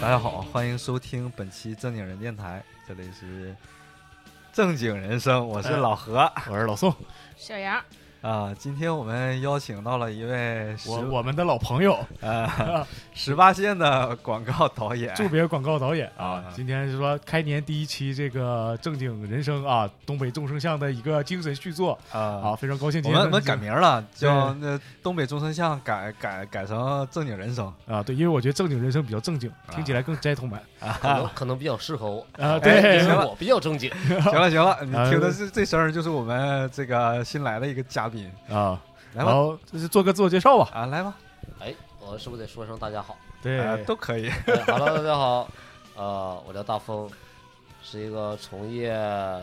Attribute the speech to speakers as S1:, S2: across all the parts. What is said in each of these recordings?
S1: 家好，欢迎收听本期正经人电台，这里是正经人生，我是
S2: 哎
S1: 老何啊、
S2: 我是老宋，
S3: 小杨，
S1: 今天我们邀请到了一位十
S2: 我我们的老朋友，
S1: 呃 十八线的广告导演，
S2: 著名广告导演啊
S1: 啊。
S2: 今天是说开年第一期这个正经人生啊，东北众生相的一个精神续作
S1: 啊
S2: 啊，，非常高兴
S1: 我
S2: 今天
S1: 们我们改名了，叫
S2: 对
S1: 那东北中生巷改改改成正经人 生，
S2: 啊，对，因为我觉得正经人生比较正经，
S1: 啊
S2: 听起来更斋同版
S4: 可能可能比较适合我，
S2: 啊。
S1: 哎
S2: 对
S4: 因
S1: 行
S4: 为
S1: 了
S4: 我比较正经。
S1: 行了行了，你
S2: 啊
S1: 听的这这声儿就是我们这个新来的一个嘉宾，
S2: 啊，
S1: 来
S2: 然
S1: 吧
S2: 后这是做个自我介绍吧。
S1: 啊来吧，
S4: 哎，我是不是得说声大家好？
S2: 对
S1: 啊都可以，
S4: 哎、哈 喽，大家好，呃，我叫大风，是一个从业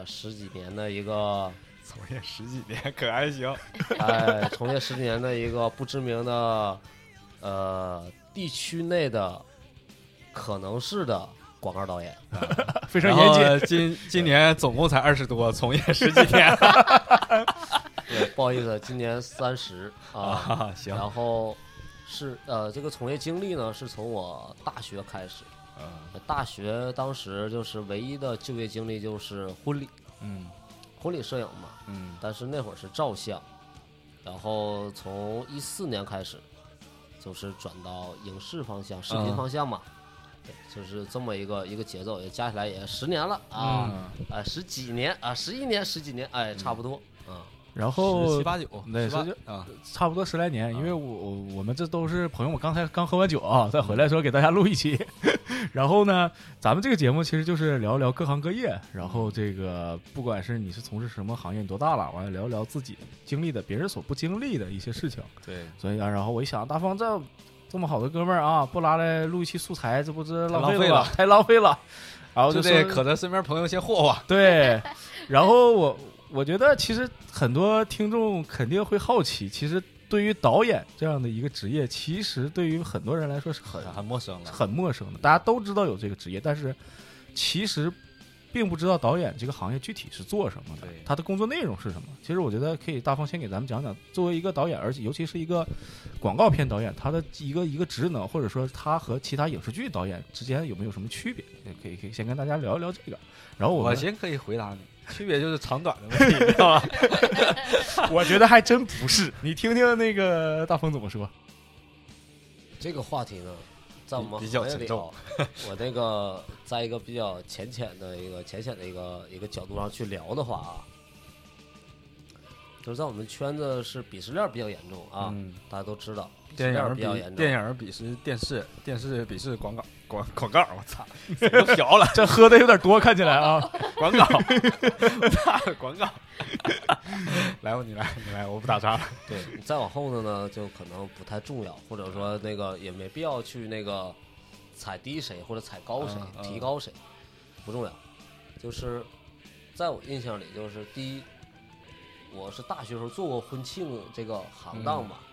S4: 十几年的一个，
S1: 从业十几年可还行，
S4: 哎，从业十几年的一个不知名的，呃，地区内的可能是的广告导演。
S2: 非常
S1: 然
S2: 严
S1: 后
S2: 谨。
S1: 今今年总共才二十多，从业十几年
S4: 对，不好意思，今年三十 啊，
S1: 啊，行，
S4: 然后是呃，这个从业经历呢，是从我大学开始。大学当时就是唯一的就业经历就是婚礼，
S2: 嗯
S4: 婚礼摄影嘛。
S2: 嗯
S4: 但是那会儿是照相，然后从一四年开始，就是转到影视方向、视频
S1: 嗯
S4: 方向嘛。对，就是这么一个一个节奏，也加起来也十年了啊，
S2: 嗯，
S4: 啊、十几年啊，十一年十几年，哎，差不多啊。
S2: 然
S1: 十
S2: 后
S1: 七八九，
S2: 对
S1: 十八
S2: 十九
S1: 啊，嗯
S2: 差不多十来年，因为我我我们这都是朋友们，刚才刚喝完酒啊，再回来的时候给大家录一期。 然后呢，咱们这个节目其实就是聊一聊各行各业，然后这个不管是你是从事什么行业，你多大了，完了聊一聊自己经历的、别人所不经历的一些事情。
S1: 对，
S2: 所以啊，然后我一想，大方这这么好的哥们儿啊，不拉来录一期素材，这不是浪
S1: 太浪费
S2: 费
S1: 了
S2: 了吗， 太浪费了。然后
S1: 就
S2: 就
S1: 得
S2: 说
S1: 可着身边朋友先霍 霍，
S2: 对，然后我我觉得其实很多听众肯定会好奇，其实对于导演这样的一个职业，其实对于很多人来说是很
S1: 很陌生了，
S2: 很陌生的。大家都知道有这个职业，但是其实并不知道导演这个行业具体是做什么的
S1: 对，
S2: 他的工作内容是什么。其实我觉得可以大方先给咱们讲讲，作为一个导演，而且尤其是一个广告片导演，他的一个一个职能，或者说他和其他影视剧导演之间有没有什么区别？也可以可以先跟大家聊一聊这个。然后我
S1: 我
S2: 们
S1: 先可以回答你，区别就是长短的问题， 知道吧？
S2: 我觉得还真不是。你听听那个大风怎么说？
S4: 这个话题呢，在我们
S1: 比比较
S4: 行业
S1: 沉
S4: 里
S1: 重
S4: 头，我那个在一个比较浅浅的一个浅浅的一个一个角度上去聊的话啊，就是在我们圈子是鄙视链比较严重啊，
S1: 嗯，
S4: 大家都知道，鄙视
S1: 电影
S4: 链
S1: 比
S4: 比较严重
S1: 电。影鄙视电视，电视鄙视广告广广告，我 操，谁都嫖了
S2: 这喝的有点多，看起来 啊。
S1: 广告，广告， 来吧，你来，你来，我不打岔了，
S4: 对，再往后的呢，就可能不太重要，或者说那个也没必要去那个踩低谁或者踩高谁、
S1: 嗯嗯
S4: 提高谁，不重要。就是在我印象里，就是第一，我是大学时候做过婚庆这个行当嘛，
S1: 嗯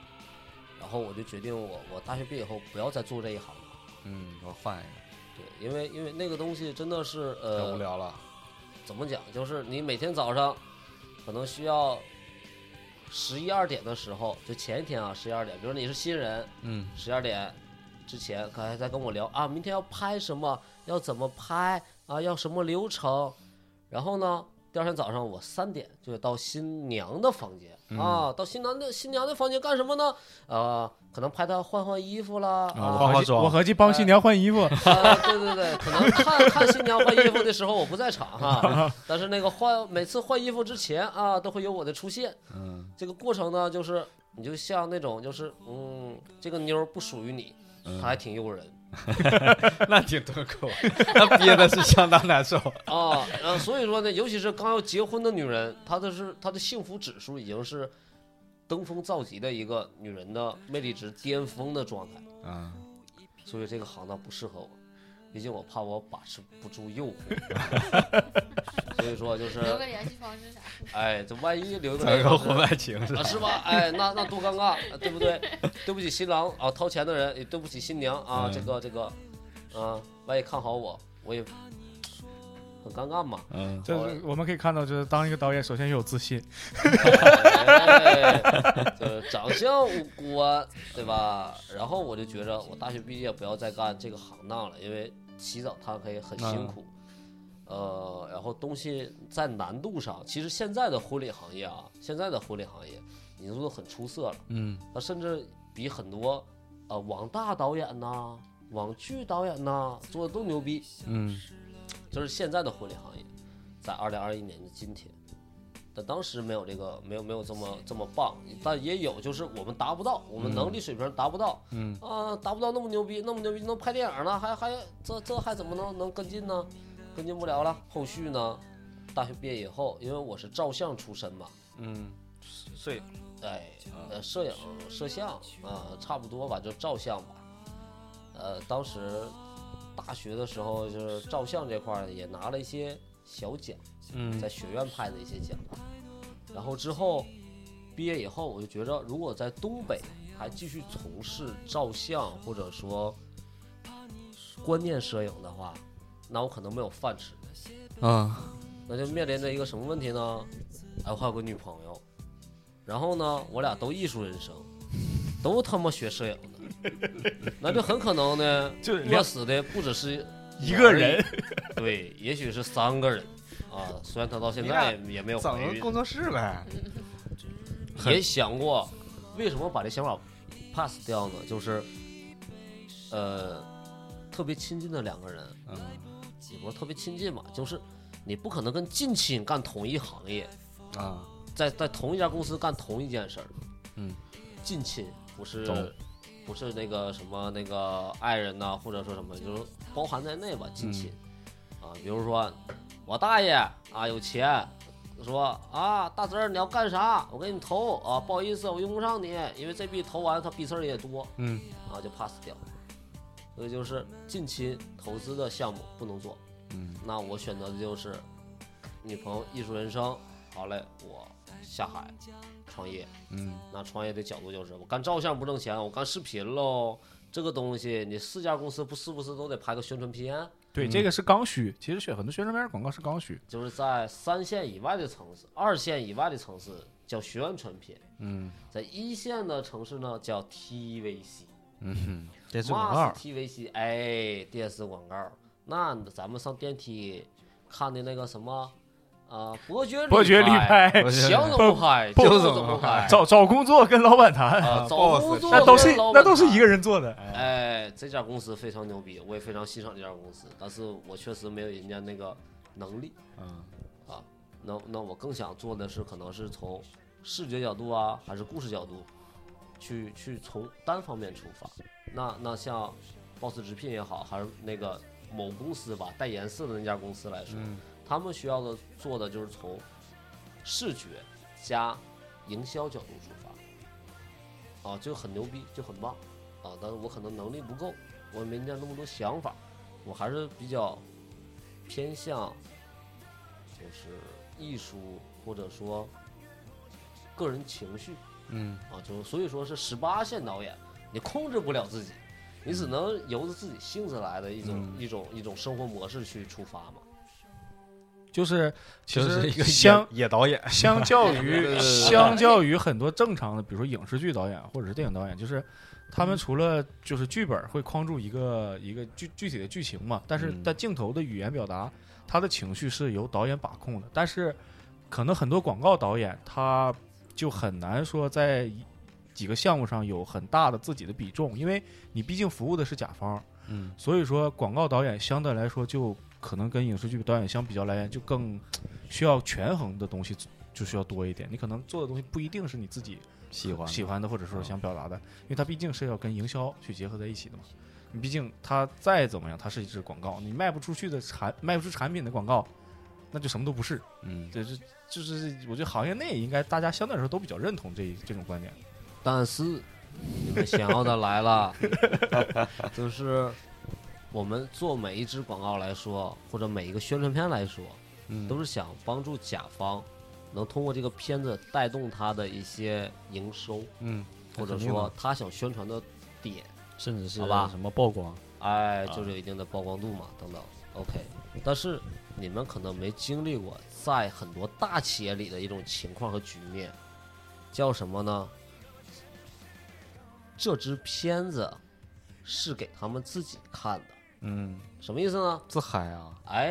S4: 然后我就决定我我大学毕业以后不要再做这一行了。
S1: 嗯，我换一个，
S4: 对，因为因为那个东西真的是
S1: 太
S4: 呃
S1: 无聊了，
S4: 怎么讲？就是你每天早上可能需要十一二点的时候，就前一天啊，十一二点，比如你是新人，
S1: 嗯，
S4: 十二点之前可还在跟我聊啊，明天要拍什么，要怎么拍啊，要什么流程。然后呢，第二天早上我三点就到新娘的房间、啊，到新娘的新娘的房间干什么呢？呃，可能拍她换换衣服啦，啊
S1: 化化妆
S2: 我合计帮新娘换衣 服。
S4: 啊，对对对，可能看看新娘换衣服的时候我不在场哈，但是那个换每次换衣服之前啊，都会有我的出现。
S1: 嗯
S4: 这个过程呢，就是你就像那种就是嗯，这个妞儿不属于你，
S1: 嗯
S4: 她还挺诱人
S1: 那挺痛苦，那憋的是相当难受，
S4: 啊。然后所以说呢，尤其是刚要结婚的女人，她的是她的幸福指数已经是登峰造极的一个女人的魅力值巅峰的状态，
S1: 嗯。
S4: 所以这个行当不适合我。毕竟我怕我把持不住诱惑， 所以说
S2: 呃
S4: 就是
S3: 留个联系方式啥？
S4: 哎，这万一留
S1: 整
S4: 个
S1: 个婚外情是吧
S4: 啊，？是吧？哎，那那多尴尬，对不对？对不起新郎啊，掏钱的人也对不起新娘啊，这个这个，啊，万一看好我，我也很尴尬嘛。
S1: 嗯，
S2: 就是我们可以看到，就是当一个导演，首先要有自信。
S4: 哎就是长相无啊关，对吧？然后我就觉着我大学毕业不要再干这个行当了，因为起早贪黑，很辛苦。呃，然后东西在难度上，其实现在的婚礼行业啊，现在的婚礼行业已经做的很出色了。
S2: 嗯
S4: 他甚至比很多呃网大导演呐、网剧导演呐、做的都牛逼。
S2: 嗯
S4: 就是现在的婚礼行业，在二零二一年的今天，但当时没有这个，没有没有这么这么棒，但也有就是我们达不到，我们能力水平达不到，
S2: 嗯
S4: 啊，达不到那么牛逼，那么牛逼能拍电影呢，还还这这还怎么能能跟进呢？跟进不了了。后续呢，大学毕业以后，因为我是照相出身嘛，
S2: 嗯，
S4: 摄影，哎，呃，摄影、摄像啊、差不多吧，就照相吧。呃，当时大学的时候，就是照相这块儿也拿了一些小奖，
S2: 嗯
S4: 在学院派的一些奖。然后之后毕业以后，我就觉着如果在东北还继续从事照相或者说观念摄影的话，那我可能没有饭吃。
S1: 嗯
S2: 啊
S4: 那就面临着一个什么问题呢？哎，我还有个女朋友，然后呢，我俩都艺术人 生，都他妈学摄影的，那就很可能呢，
S2: 就是
S4: 饿死的不只是
S2: 一
S4: 我
S2: 个
S4: 而已
S2: 人，
S4: 对，也许是三个人啊。虽然她到现在也也没有
S1: 整
S4: 怀
S1: 个
S4: 孕，
S1: 工作室呗，
S4: 也想过为什么把这想法 pass 掉呢？就是，呃，特别亲近的两个人，
S2: 嗯
S4: 也不是特别亲近嘛，就是你不可能跟近亲干同一行业，
S2: 啊
S4: 在在同一家公司干同一件事儿，
S2: 嗯，
S4: 近亲不是
S2: 懂
S4: 不是那个什么那个爱人呐、或者说什么，就是包含在内吧，近亲、
S2: 嗯
S4: 啊，比如说我大爷啊有钱，说啊大侄儿你要干啥，我给你投啊，不好意思我用不上你，因为这币投完他逼事儿也多
S2: 嗯
S4: 啊，就 pass 掉，所以就是近亲投资的项目不能做，
S2: 嗯
S4: 那我选择的就是女朋友艺术人生。好嘞，我下海创业。
S2: 嗯
S4: 那创业的角度就是，我干照相不挣钱，我干视频喽。这个东西，你四家公司不是不是都得拍个宣传片？
S2: 对，这个是刚需，其实选很多宣传片广告是刚需。
S4: 就是在三线以外的城市、二线以外的城市叫宣传片，
S2: 嗯
S4: 在一线的城市呢叫 TVC，
S2: 嗯哼，
S1: 电视广
S4: 嘛
S1: 告
S4: 是 TVC，哎，电视广告。那咱们上电梯看的那个什么，啊，伯爵
S2: 伯爵旅
S4: 旅
S2: 拍
S1: 伯爵
S4: 想怎么拍
S2: 不
S4: 就
S1: 不
S4: 怎么拍，
S2: 找找工作跟老板谈，
S4: 啊，找
S1: boss，
S4: 工作
S2: 那都是
S4: 跟老
S2: 那
S4: 板
S2: 都是
S4: 谈
S2: 一个人做的。哎
S4: 哎，这家公司非常牛逼，我也非常欣赏这家公司，但是我确实没有人家那个能力
S2: 嗯
S1: 哎
S4: 啊。那那我更想做的是，可能是从视觉角度啊，还是故事角度，去去从单方面出发。那那像 Boss 直聘也好，还是那个某公司吧，带颜色的那家公司来说，他们需要的做的就是从视觉加营销角度出发，啊，就很牛逼，就很棒，啊，但是我可能能力不够，我没人家那么多想法，我还是比较偏向就是艺术或者说个人情绪
S2: 嗯
S4: 啊，就所以说是十八线导演，你控制不了自己，你只能由着自己性子来的一种、一种一种生活模式去出发嘛。
S2: 就是其
S1: 就是
S2: 实
S1: 一个
S2: 相
S1: 野野导演，
S2: 相较于
S1: 对
S2: 相较于很多正常的，比如说影视剧导演或者是电影导演，就是他们除了就是剧本会框住一个一个具具体的剧情嘛，但是
S1: 嗯
S2: 在镜头的语言表达，他的情绪是由导演把控的。但是可能很多广告导演他就很难说在一几个项目上有很大的自己的比重，因为你毕竟服务的是甲方，
S1: 嗯，
S2: 所以说广告导演相对来说就可能跟影视剧导演相比较来言，就更需要权衡的东西就需要多一点。你可能做的东西不一定是你自己
S1: 喜欢
S2: 喜欢的，或者说
S1: 嗯
S2: 想表达的，因为它毕竟是要跟营销去结合在一起的嘛。你毕竟它再怎么样，它是一支广告，你卖不出去的产卖不出产品的广告，那就什么都不是。
S1: 嗯，
S2: 这是就是我觉得行业内应该大家相对来说都比较认同这一这种观点。
S4: 但是你们想要的来 了，就是我们做每一支广告来说，或者每一个宣传片来说，
S1: 嗯
S4: 都是想帮助甲方能通过这个片子带动他的一些营收，
S1: 嗯，
S4: 或者
S1: 肯定
S4: 说
S1: 的
S4: 他想宣传的点，
S1: 甚至是
S4: 好吧
S1: 什么曝光，
S4: 哎，
S2: 啊
S4: 就是有一定的曝光度嘛，等等。OK，但是你们可能没经历过在很多大企业里的一种情况和局面，叫什么呢？这支片子是给他们自己看的，
S1: 嗯，
S4: 什么意思呢？
S1: 自嗨啊，
S4: 哎，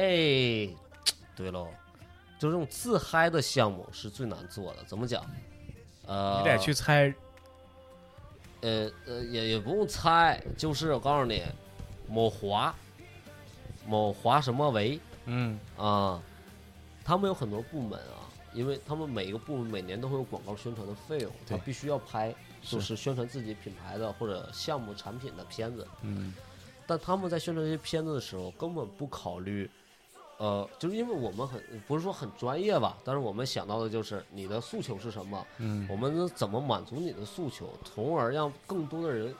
S4: 对喽，就这种自嗨的项目是最难做的。怎么讲？
S2: 你
S4: 呃，
S1: 啊
S2: 得去猜，
S4: 呃呃，也也不用猜，就是我告诉你，某华，某华什么维
S1: 嗯
S4: 啊，他们有很多部门啊，因为他们每个部门每年都会有广告宣传的费用，他
S2: 对
S4: 必须要拍，就是是宣传自己品牌的或者项目产品的片子。
S1: 嗯
S4: 但他们在宣传这些片子的时候，根本不考虑，呃，就是因为我们很不是说很专业吧，但是我们想到的就是你的诉求是什么，
S1: 嗯
S4: 我们怎么满足你的诉求，从而让更多的人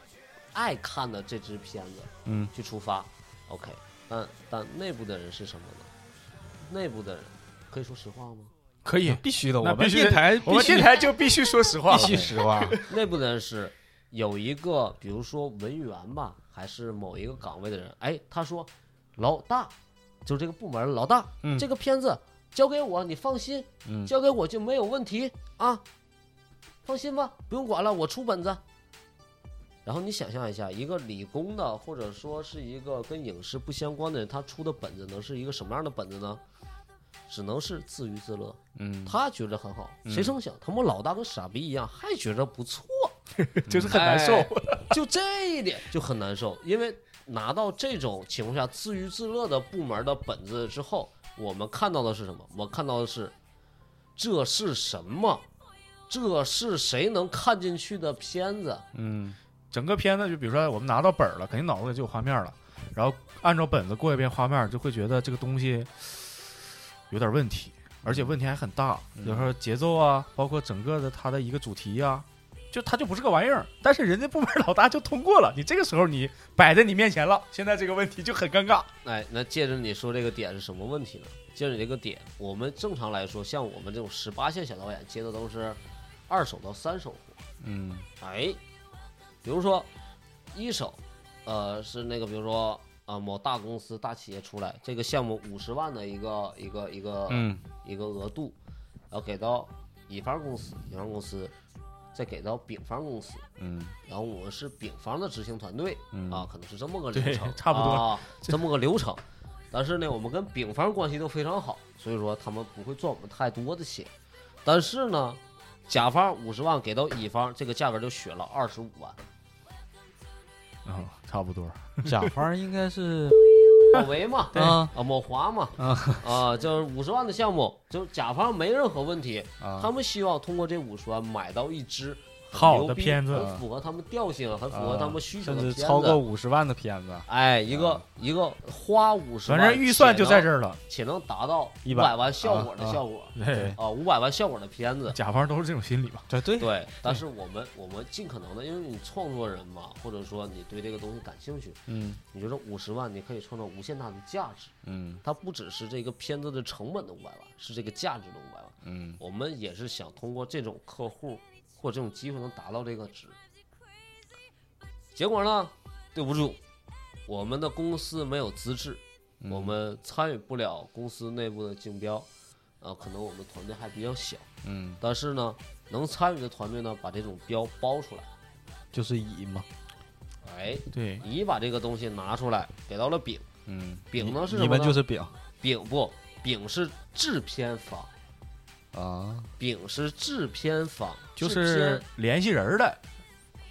S4: 爱看的这支片子
S1: 嗯
S4: 去出发。OK，但但内部的人是什么呢？内部的人可以说实话吗？
S2: 可以，
S1: 必须的，
S2: 那
S1: 我们
S2: 必须
S1: 电
S2: 得
S1: 台
S2: 我们
S1: 必须
S2: 电台就必须说实话
S1: 必，须实话，
S4: 内部的人是有一个，比如说文员吧，还是某一个岗位的人，哎，他说老大，就这个部门老大，
S1: 嗯
S4: 这个片子交给我，你放心，
S1: 嗯
S4: 交给我就没有问题啊，放心吧，不用管了，我出本子。然后你想象一下，一个理工的，或者说是一个跟影视不相关的人，他出的本子能是一个什么样的本子呢？只能是自娱自乐。
S1: 嗯，
S4: 他觉得很好，谁成想他妈老大跟傻逼一样，还觉得不错，
S2: 就是很难受
S4: 哎。就这一点就很难受。因为拿到这种情况下自娱自乐的部门的本子之后，我们看到的是什么？我看到的是，这是什么？这是谁能看进去的片子？
S1: 嗯
S2: 整个片子就比如说我们拿到本儿了，肯定脑子里就有画面了，然后按照本子过一遍画面，就会觉得这个东西有点问题，而且问题还很大，
S1: 嗯
S2: 比如说节奏啊，包括整个的它的一个主题啊。就它就不是个玩意儿，但是人家部门老大就通过了，你这个时候你摆在你面前了，现在这个问题就很尴尬。
S4: 哎，那借着你说这个点是什么问题呢？借着你这个点，我们正常来说，像我们这种十八线小导演接的都是二手到三手活。
S1: 嗯
S4: 哎，比如说一手，呃，是那个比如说啊、某大公司大企业出来这个项目五十万的一个一个一个、
S1: 嗯
S4: 一个额度，然后给到乙方公司，乙方公司再给到丙方公司，
S1: 嗯
S4: 然后我们是丙方的执行团队、
S1: 嗯
S4: 啊，可能是这么个
S2: 对
S4: 流程，
S2: 差不多
S4: 啊，这么个流程。但是呢，我们跟丙方关系都非常好，所以说他们不会赚我们太多的钱。但是呢，甲方五十万给到乙方，这个价格就血了二十五万。
S2: 嗯，差不多。
S1: 甲方应该是
S4: 某维嘛，
S1: 对
S4: 啊，某华嘛，
S1: 啊
S4: 啊，就是五十万的项目，就是甲方没任何问题，
S1: 啊
S4: 他们希望通过这五十万买到一支很
S2: 好的
S4: 牛逼
S2: 片子啊
S4: 很符合他们调性，很符合他们需求
S1: 甚
S4: 的
S1: 至
S4: 片子，
S1: 超过五十万的片子，
S4: 哎，一个、一个花五十
S2: 反
S4: 万，
S2: 正预算就在这
S4: 儿，
S2: 儿了。
S4: 且能达到
S1: 100
S4: 五百万效果的效果
S2: 对，
S4: 啊，五百、万效果的片子。
S2: 甲方都是这种心理吧？
S1: 对对，
S4: 对，但是我们我们尽可能的，因为你创作人嘛，或者说你对这个东西感兴趣，
S1: 嗯
S4: 你觉得五十万你可以创造无限大的价值。
S1: 嗯
S4: 它不只是这个片子的成本的五百万，是这个价值的五百万。
S1: 嗯
S4: 我们也是想通过这种客户或者这种机会能达到这个值。结果呢，对不住，我们的公司没有资质，
S1: 嗯
S4: 我们参与不了公司内部的竞标，啊，可能我们团队还比较小，
S1: 嗯，
S4: 但是呢，能参与的团队呢，把这种标包出来，
S1: 就是乙嘛，
S4: 哎，
S2: 对，
S4: 你把这个东西拿出来给到了丙，
S1: 嗯，
S4: 丙
S1: 你
S4: 呢是什
S1: 你
S4: 么
S1: 们
S4: 呢
S1: 就是丙
S4: 丙不，丙是制片方。
S1: 啊，
S4: 丙是制片方，
S2: 就
S4: 制
S2: 是联系人儿的。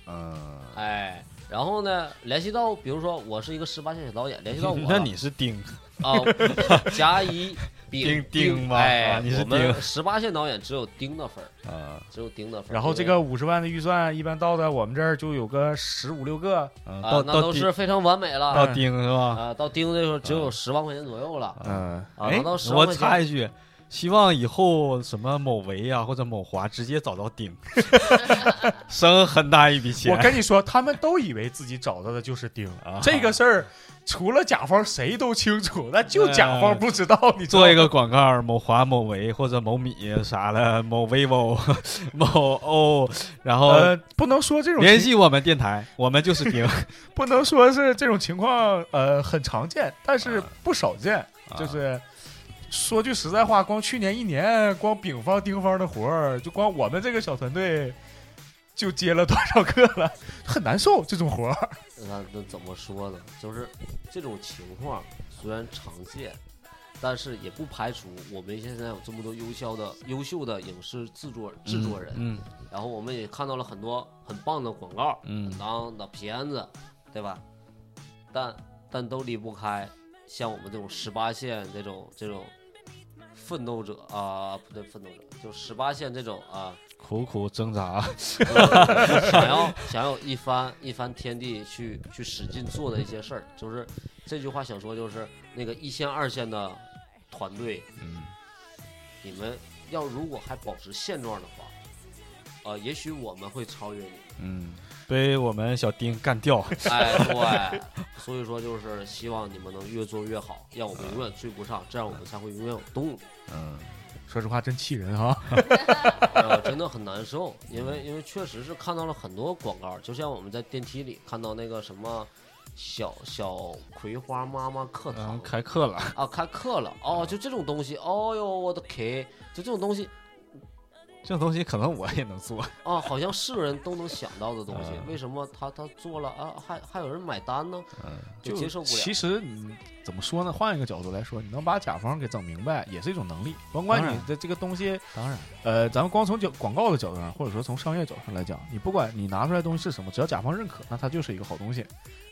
S1: 嗯，
S4: 片哎，然后呢，联系到，比如说我是一个十八线小导演，联 系到我
S1: 那你是丁，
S4: 啊， 甲乙丙
S1: 丁丁吧啊
S4: 哎，
S1: 你是
S4: 我们
S1: 丁
S4: 十八线导演只有丁的分儿，
S1: 啊，
S4: 只有丁的分儿。
S2: 然后这
S4: 因为
S2: 个五十万的预算，一般到的我们这儿就有个十五六个，
S1: 嗯
S4: 啊
S1: 到，
S4: 那
S1: 到
S4: 都
S1: 丁
S4: 是非常完美了
S1: 到丁是吧？
S4: 啊，到丁这时候只有十万块钱左右了
S2: 嗯，
S4: 啊，
S1: 哎
S4: 拿到十万
S1: 我
S4: 块
S1: 插
S4: 钱，
S1: 一句，希望以后什么某维啊或者某华直接找到 丁，省很大一笔钱。
S2: 我跟你说，他们都以为自己找到的就是丁
S1: 啊
S2: 这个事儿，除了甲方谁都清楚，那就甲方不知道。你知道吗
S1: 做一个广告，某华、某维或者某米啥的，某 vivo、某 o，然后
S2: 呃，不能说这种
S1: 联
S2: 情
S1: 系我们电台，我们就是 丁，
S2: 不能说是这种情况，呃，很常见，但
S1: 啊
S2: 是不少见。就是说句实在话，光去年一年，光丙方、丁方的活儿，就光我们这个小团队，就接了多少个了，很难受这种
S1: 嗯
S2: 活儿。
S4: 那那怎么说呢？就是这种情况虽然常见，但是也不排除我们现在有这么多优秀的优秀的影视制作制作人，
S1: 嗯
S4: 然后我们也看到了很多很棒的广告，
S1: 嗯
S4: 很棒的片子，对吧？但但都离不开像我们这种十八线这种这种奋斗者啊，不对，奋斗者就十八线这种啊，
S1: 苦苦挣扎，啊
S4: 想要想要一番一番天地去去使劲做的一些事儿，就是这句话想说就是那个一线二线的团队，
S1: 嗯
S4: 你们要如果还保持现状的话，呃，也许我们会超越你。
S1: 嗯，被我们小丁干掉，
S4: 哎，对，所以说就是希望你们能越做越好，让我们永远追不上，这样我们才会永远有动力。
S1: 嗯
S2: 说实话，真气人啊！
S4: 呃，真的很难受，因为因为确实是看到了很多广告，就像我们在电梯里看到那个什么小小葵花妈妈课堂
S1: 嗯，开课了，
S4: 啊，开课了哦，就这种东西，哦呦我的 K，就这种东西
S1: 这种东西可能我也能做，
S4: 啊，好像是个人都能想到的东西，
S1: 嗯
S4: 为什么他他做了啊，还还有人买单呢？
S1: 嗯
S4: 就接受不了
S2: 其实你怎么说呢？换一个角度来说，你能把甲方给整明白，也是一种能力。甭管
S1: 当
S2: 你
S1: 然
S2: 的这个东西，
S1: 当然，
S2: 呃，咱们光从角广告的角度上，或者说从商业角度上来讲，你不管你拿出来的东西是什么，只要甲方认可，那它就是一个好东西。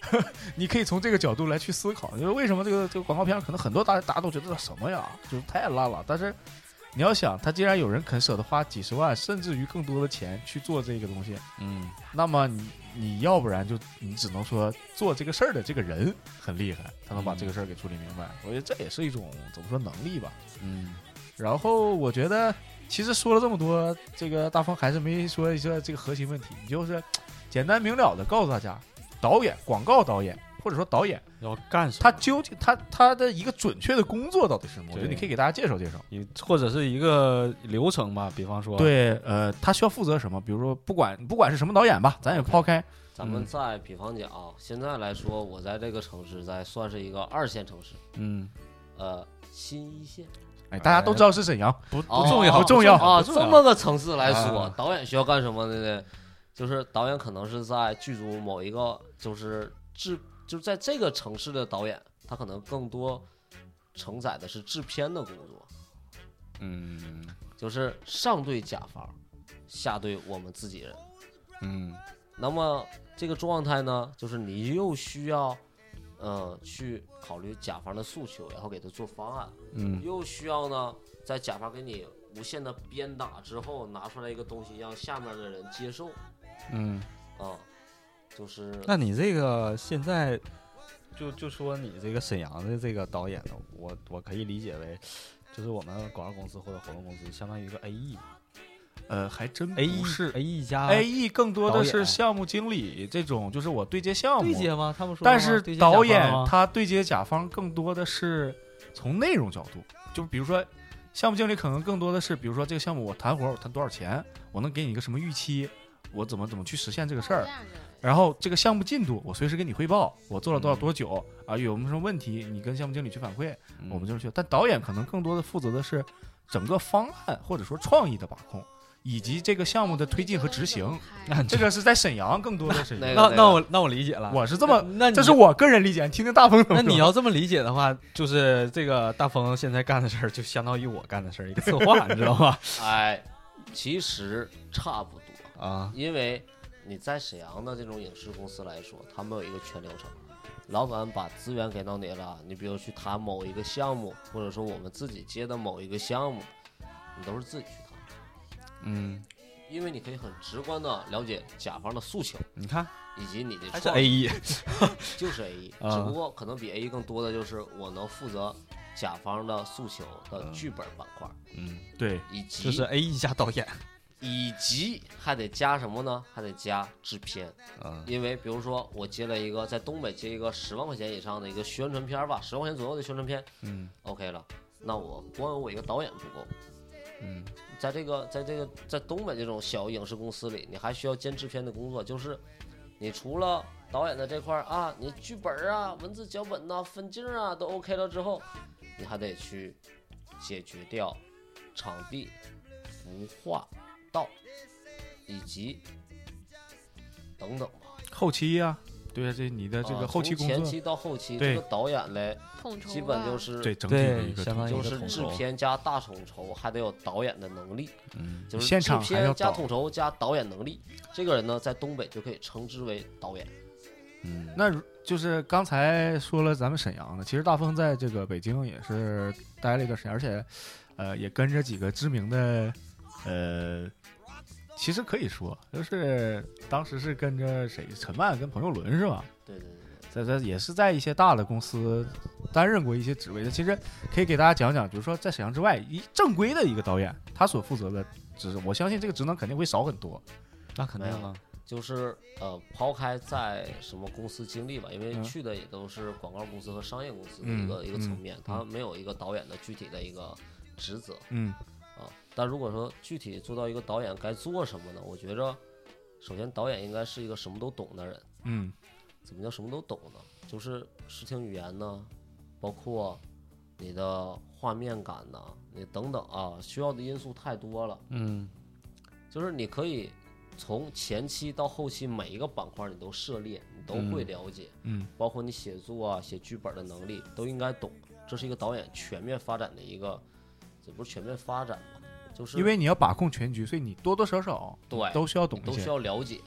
S2: 你可以从这个角度来去思考，就是为什么这个这个广告片儿可能很多大大家都觉得这什么呀，就是太烂了。但是你要想，他既然有人肯舍得花几十万甚至于更多的钱去做这个东西，
S1: 嗯
S2: 那么你你要不然就你只能说做这个事儿的这个人很厉害，他能把
S1: 嗯
S2: 这个事儿给处理明白。我觉得这也是一种怎么说能力吧。
S1: 嗯，
S2: 然后我觉得，其实说了这么多，这个大风还是没说一些这个核心问题，你就是简单明了的告诉大家，导演、广告导演或者说导演，
S1: 要干什么？
S2: 他究竟他他的一个准确的工作到底是什么？我觉得
S1: 对
S2: 你可以给大家介绍介绍。
S1: 你或者是一个流程吧，比方说，，
S2: 对，呃，他需要负责什么？比如说，不管不管是什么导演吧，咱也抛开，嗯
S4: 咱们在比方讲，现在来说，我在这个城市在算是一个二线城市，
S1: 嗯，
S4: 呃，新一线
S2: 哎，大家都知道是沈阳，
S1: 不
S4: 哦
S1: 不重要，
S2: 不重要
S4: 啊，
S1: 不
S4: 这
S1: 重
S4: 么个层次来说
S1: 啊，
S4: 导演需要干什么的呢？就是导演可能是在剧组某一个，就是制，就是在这个城市的导演，他可能更多承载的是制片的工作，
S1: 嗯
S4: 就是上对甲方，下对我们自己人。
S1: 嗯
S4: 那么这个状态呢，就是你又需要，呃，去考虑甲方的诉求，然后给他做方案，
S1: 嗯
S4: 又需要呢，在甲方给你无限的鞭打之后，拿出来一个东西让下面的人接受
S1: 嗯，
S4: 啊，就是
S1: 那你这个现在。就就说你这个沈阳的这个导演呢，我我可以理解为，就是我们广告公司或者活动公司，相当于一个 A E
S2: 呃，还真
S1: A
S2: 不
S1: E
S2: 是
S1: A E 加
S2: A E 更多的
S1: 导
S2: 是
S1: 演
S2: 项目经理这种，就是我对接项
S1: 对
S2: 目，
S1: 接吗？他们说
S2: 但
S1: 吗
S2: 是
S1: 对接啊甲
S2: 导
S1: 方
S2: 演
S1: 吗
S2: 他对接甲方更多的是从内容角度，就比如说项目经理可能更多的是，比如说这个项目我谈活我谈多少钱，我能给你一个什么预期，我怎么怎么去实现这个事儿
S3: 这，样的
S2: 然后这个项目进度我随时给你汇报，我做
S1: 嗯
S2: 了多少多久啊，有什么问题你跟项目经理去反馈，我
S1: 嗯
S2: 们就是去。但导演可能更多的负责的是整个方案或者说创意的把控，以及这个项目的推进和执行。
S3: 那
S2: 这个是在沈阳更多的是，
S4: 那
S1: 那
S4: 个
S1: 那我 那我理解了，
S2: 我是这么，
S1: 那你
S2: 这是我个人理解，你听听大风怎 么
S1: 那
S2: 说。
S1: 你要这么理解的话，就是这个大风现在干的事儿，就相当于我干的事儿，一个策 划，你知道吗？
S4: 哎，其实差不多，
S1: 啊，
S4: 因为你在沈阳的这种影视公司来说，他们有一个全流程。老板把资源给到你了，你比如去谈某一个项目，或者说我们自己接的某一个项目，你都是自己去谈。
S1: 嗯，
S4: 因为你可以很直观的了解甲方的诉求，
S1: 你看
S4: 以及你的
S1: 还是
S4: 创
S1: A 一，
S4: 就是 A 一，
S1: 啊
S4: 只不过可能比 A 一更多的就是我能负责甲方的诉求的剧本板块，
S1: 嗯，
S2: 对，
S4: 以及、
S1: 就是 A 一加导演，
S4: 以及还得加什么呢？还得加制片，
S1: 嗯
S4: 因为比如说我接了一个在东北接一个十万块钱以上的一个宣传片吧，十万块钱左右的宣传片
S1: 嗯
S4: ，OK 了，那我光有我一个导演不够，
S1: 嗯
S4: 在这个在这个在东北这种小影视公司里，你还需要兼制片的工作，就是你除了导演的这块儿啊，你剧本儿啊、文字脚本呐、分镜啊都 OK 了之后，你还得去解决掉场地、服化道以及等等吧。
S2: 后期呀、对啊，这你的这
S4: 啊
S1: 哦
S2: 个后期
S4: 从
S2: 工作，
S4: 前期到后期，
S2: 对
S4: 这个导演嘞，
S3: 统筹
S4: 基本
S3: 吧
S4: 就是
S2: 对整体的
S1: 对，
S2: 一个
S1: 相
S2: 统
S1: 当于
S4: 就
S1: 一个
S4: 是
S1: 统
S4: 制
S1: 筹，
S4: 片加大统筹，还得有导演的能力，
S1: 嗯，
S4: 就是
S2: 现
S4: 制
S2: 场还要
S4: 片加
S2: 导
S4: 统筹加导演能力。这个人呢，在东北就可以称之为导演。
S1: 嗯
S2: 那如就是刚才说了咱们沈阳的，其实大风在这个北京也是待了一段时间，而且，呃，也跟着几个知名的，呃，其实可以说就是当时是跟着谁，陈曼跟彭佑伦是吧？
S4: 对对对
S2: 在在也是在一些大的公司担任过一些职位的。其实可以给大家讲讲，比如说在沈阳之外，一正规的一个导演，他所负责的职责，我相信这个职能肯定会少很多。
S1: 那肯定啊，
S4: 就是呃，抛开在什么公司经历吧，因为
S2: 嗯
S4: 去的也都是广告公司和商业公司的
S2: 嗯
S4: 一个、一个
S2: 嗯
S4: 层面
S2: 嗯，
S4: 他没有一个导演的具体的一个职责。
S2: 嗯
S4: 啊。但如果说具体做到一个导演该做什么呢？我觉着，首先导演应该是一个什么都懂的人。
S2: 嗯
S4: 怎么叫什么都懂呢？就是视听语言呢，包括你的画面感呐，你等等啊，需要的因素太多了。
S1: 嗯
S4: 就是你可以从前期到后期每一个板块你都涉猎，你都会了解，
S2: 嗯
S4: 包括你写作啊、写剧本的能力都应该懂。这是一个导演全面发展的一个，这不是全面发展吧？就是
S2: 因为你要把控全局，所以你多多少少
S4: 对
S2: 都需要
S4: 你
S2: 懂一
S4: 哎都需
S2: 些。
S4: 要了解。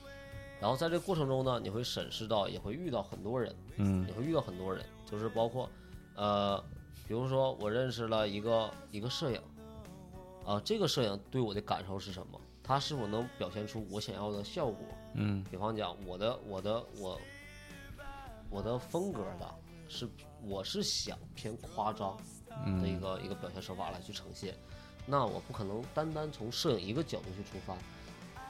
S4: 然后在这个过程中呢，你会审视到，也会遇到很多人，
S1: 嗯
S4: 你会遇到很多人，就是包括，呃，比如说我认识了一个一个摄影，啊，这个摄影对我的感受是什么？他是否能表现出我想要的效果？
S1: 嗯
S4: 比方讲，我的我的我，我的风格的是我是想偏夸张的一
S1: 嗯
S4: 个、一个表现手法来去呈现，那我不可能单单从摄影一个角度去出发，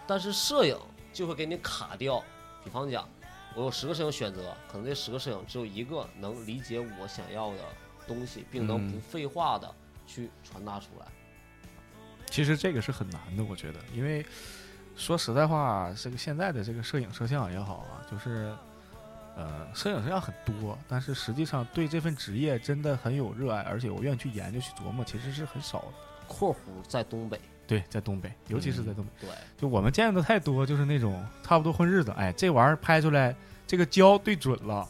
S4: 但是摄影就会给你卡掉。比方讲，我有十个摄影选择，可能这十个摄影只有一个能理解我想要的东西，并能不
S1: 嗯
S4: 废话的去传达出来。
S2: 其实这个是很难的，我觉得，因为说实在话，这个现在的这个摄影摄像也好啊，就是。呃，摄影摄像很多，但是实际上对这份职业真的很有热爱，而且我愿意去研究、去琢磨，其实是很少的。
S4: 括弧在东北，
S2: 对，在东北，尤其是
S4: 嗯
S2: 在东北，
S4: 对
S2: 就我们见的太多，就是那种差不多混日子。哎，这玩意儿拍出来，这个焦对准了，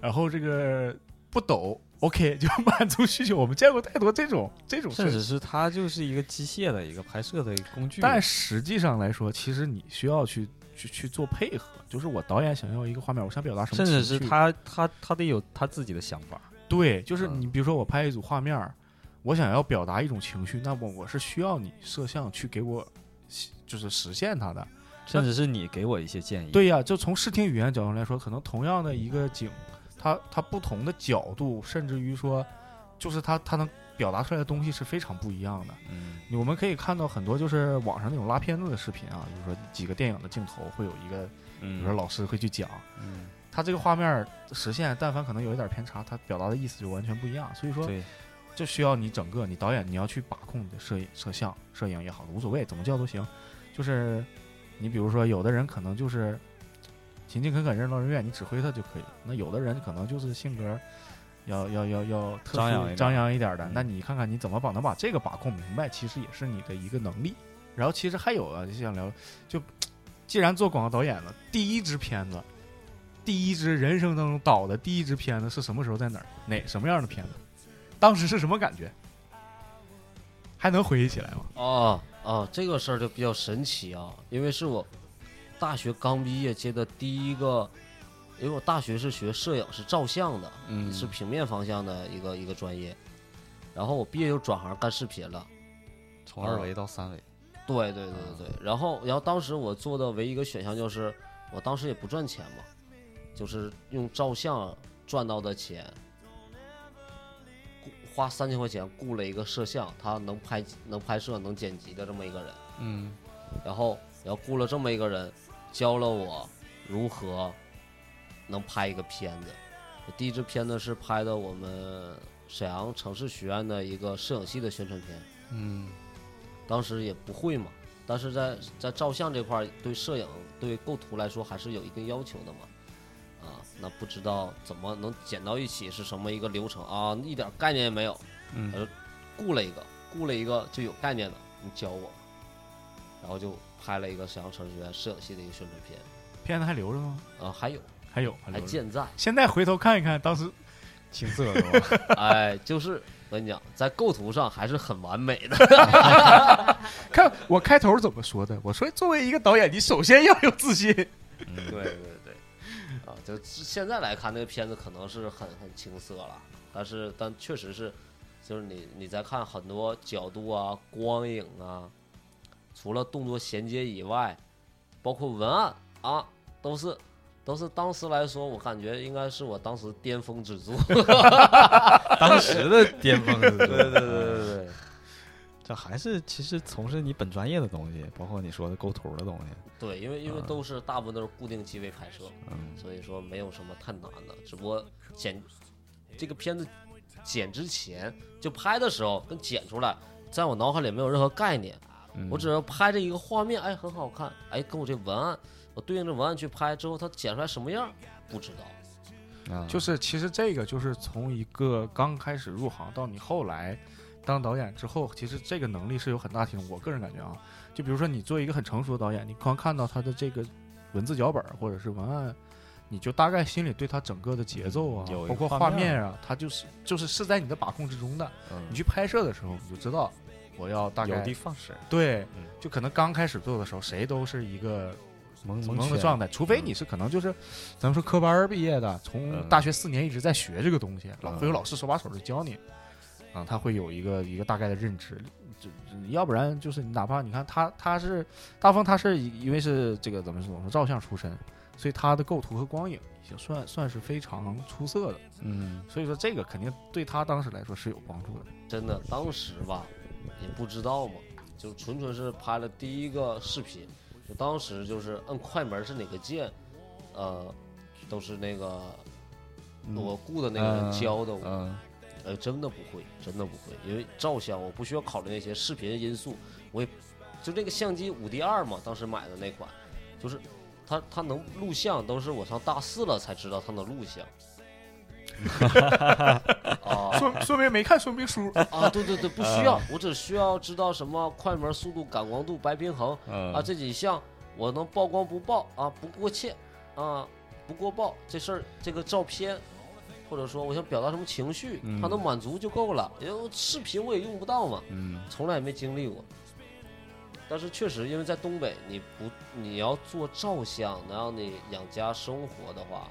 S2: 然后这个不抖，OK 就满足需求。我们见过太多这种这种
S1: 甚
S2: 事
S1: 至是它就是一个机械的一个拍摄的一个工具，
S2: 但实际上来说，其实你需要去去去做配合，就是我导演想要一个画面，我想表达什么
S1: 甚
S2: 情绪，
S1: 至是他他他得有他自己的想法，
S2: 对，就是
S1: 嗯
S2: 你比如说我拍一组画面儿，我想要表达一种情绪，那么我是需要你摄像去给我就是实现它的。
S1: 甚至是你给我一些建议，
S2: 对呀、就从视听语言角度来说，可能同样的一个景，它它不同的角度，甚至于说，就是它它能表达出来的东西是非常不一样的。
S1: 嗯，
S2: 我们可以看到很多就是网上那种拉片子的视频啊，比如说几个电影的镜头会有一个，比
S1: 嗯
S2: 如说老师会去讲，
S1: 嗯，
S2: 他这个画面儿实现，但凡可能有一点偏差，他表达的意思就完全不一样。所以说，
S1: 嗯对，
S2: 就需要你整个你导演你要去把控你的摄影、摄像、摄影也好，无所谓怎么叫都行。就是你比如说，有的人可能就是勤勤恳恳、任劳任怨，你指挥他就可以了。那有的人可能就是性格要要要要特殊
S1: 张扬一点
S2: 张扬一点的，
S1: 嗯
S2: 那你看看你怎么把能把这个把控明白，其实也是你的一个能力。然后其实还有啊，就想聊，就既然做广告导演了，第一支片子。第一支人生当中导的第一支片子是什么时候在哪儿哪什么样的片子？当时是什么感觉？还能回忆起来吗？
S4: 啊啊，这个事儿就比较神奇啊，因为是我大学刚毕业接的第一个，因为我大学是学摄影，是照相的，
S1: 嗯
S4: 是平面方向的一个一个专业。然后我毕业就转行干视频了，
S1: 从二维到三维，
S4: 对对对对对。然后然后当时我做的唯一一个选项就是，我当时也不赚钱嘛，就是用照相赚到的钱，雇花三千块钱雇了一个摄像，他能拍能拍摄能剪辑的这么一个人。
S1: 嗯
S4: 然后然后雇了这么一个人，教了我如何能拍一个片子。我第一支片子是拍的我们沈阳城市学院的一个摄影系的宣传片，
S1: 嗯
S4: 当时也不会嘛，但是在在照相这块儿对摄影对构图来说还是有一定要求的嘛。啊，那不知道怎么能剪到一起是什么一个流程啊，一点概念也没有。呃
S1: 嗯
S4: 雇了一个，雇了一个就有概念的，你教我，然后就拍了一个沈阳城市学院摄影系的一个宣传片，
S2: 片子还留着吗？
S4: 啊，还有
S2: 还有，还
S4: 还
S2: 留着。
S4: 健在，
S2: 现在回头看一看，当时
S3: 挺色的 吧？
S4: 哎，就是我跟你讲，在构图上还是很完美的。
S2: 看我开头怎么说的？我说作为一个导演，你首先要有自信。
S4: 对对对，啊，就现在来看那个片子可能是很很青涩了，但是但确实是，就是你你在看很多角度啊、光影啊，除了动作衔接以外，包括文案啊，都是都是当时来说，我感觉应该是我当时巅峰之作。
S3: 当时的巅 峰是吧，
S4: 对对，
S1: 这还是其实从事你本专业的东西，包括你说的构图的东西，
S4: 对，因为因为都是大部分都是固定机位拍摄，
S1: 嗯，
S4: 所以说没有什么太难的，只不过剪这个片子剪之前就拍的时候跟剪出来，在我脑海里没有任何概念，我只要拍这一个画面，哎，很好看，哎，跟我这文案，我对应着文案去拍之后，它剪出来什么样不知道。
S1: 啊
S2: 就是其实这个就是从一个刚开始入行到你后来当导演之后，其实这个能力是有很大提升。我个人感觉啊，就比如说你作为一个很成熟的导演，你光看到他的这个文字脚本儿或者是文案。你就大概心里对他整个的节奏啊
S1: 嗯有，一
S2: 包
S1: 个
S2: 括画
S1: 画面
S2: 面啊，他就是就是是在你的把控之中的。
S1: 嗯
S2: 你去拍摄的时候，你就知道我要大概
S1: 有的放矢，
S2: 对
S1: 嗯，
S2: 就可能刚开始做的时候，谁都是一个
S1: 萌
S2: 懵
S1: 蒙
S2: 的状态，除非你是可能就是咱们说科班儿毕业的，从
S1: 嗯
S2: 大学四年一直在学这个东西，老
S1: 嗯
S2: 会有老师手把手的教你，啊，他会有一个一个大概的认知，就就要不然就是你哪怕你看他他是大风，他是因为是这个怎么怎么说照相出身，所以他的构图和光影已经算算是非常出色的，
S1: 嗯，
S2: 所以说这个肯定对他当时来说是有帮助的。
S4: 真的，当时吧，也不知道嘛，就纯纯是拍了第一个视频，就当时就是摁快门是哪个键，呃，都是那个我雇的那个人
S1: 嗯
S4: 教的我，
S1: 嗯
S4: 呃，真的不会，真的不会，因为照相我不需要考虑那些视频因素，我也就那个相机五 D 二嘛，当时买的那款，就是它它能录像，都是我上大四了才知道它能录像。 啊，
S2: 说说明没看说明书，
S4: 啊，对对对，不需要，
S1: 嗯
S4: 我只需要知道什么快门速度、感光度、白平衡
S1: 嗯
S4: 啊这几项，我能曝光不曝啊，不过切啊，不过曝这事儿，这个照片，或者说我想表达什么情绪，它
S2: 嗯
S4: 能满足就够了，因为我视频我也用不到嘛，
S1: 嗯
S4: 从来也没经历过。但是确实，因为在东北，你不你要做照相，能让你养家生活的话，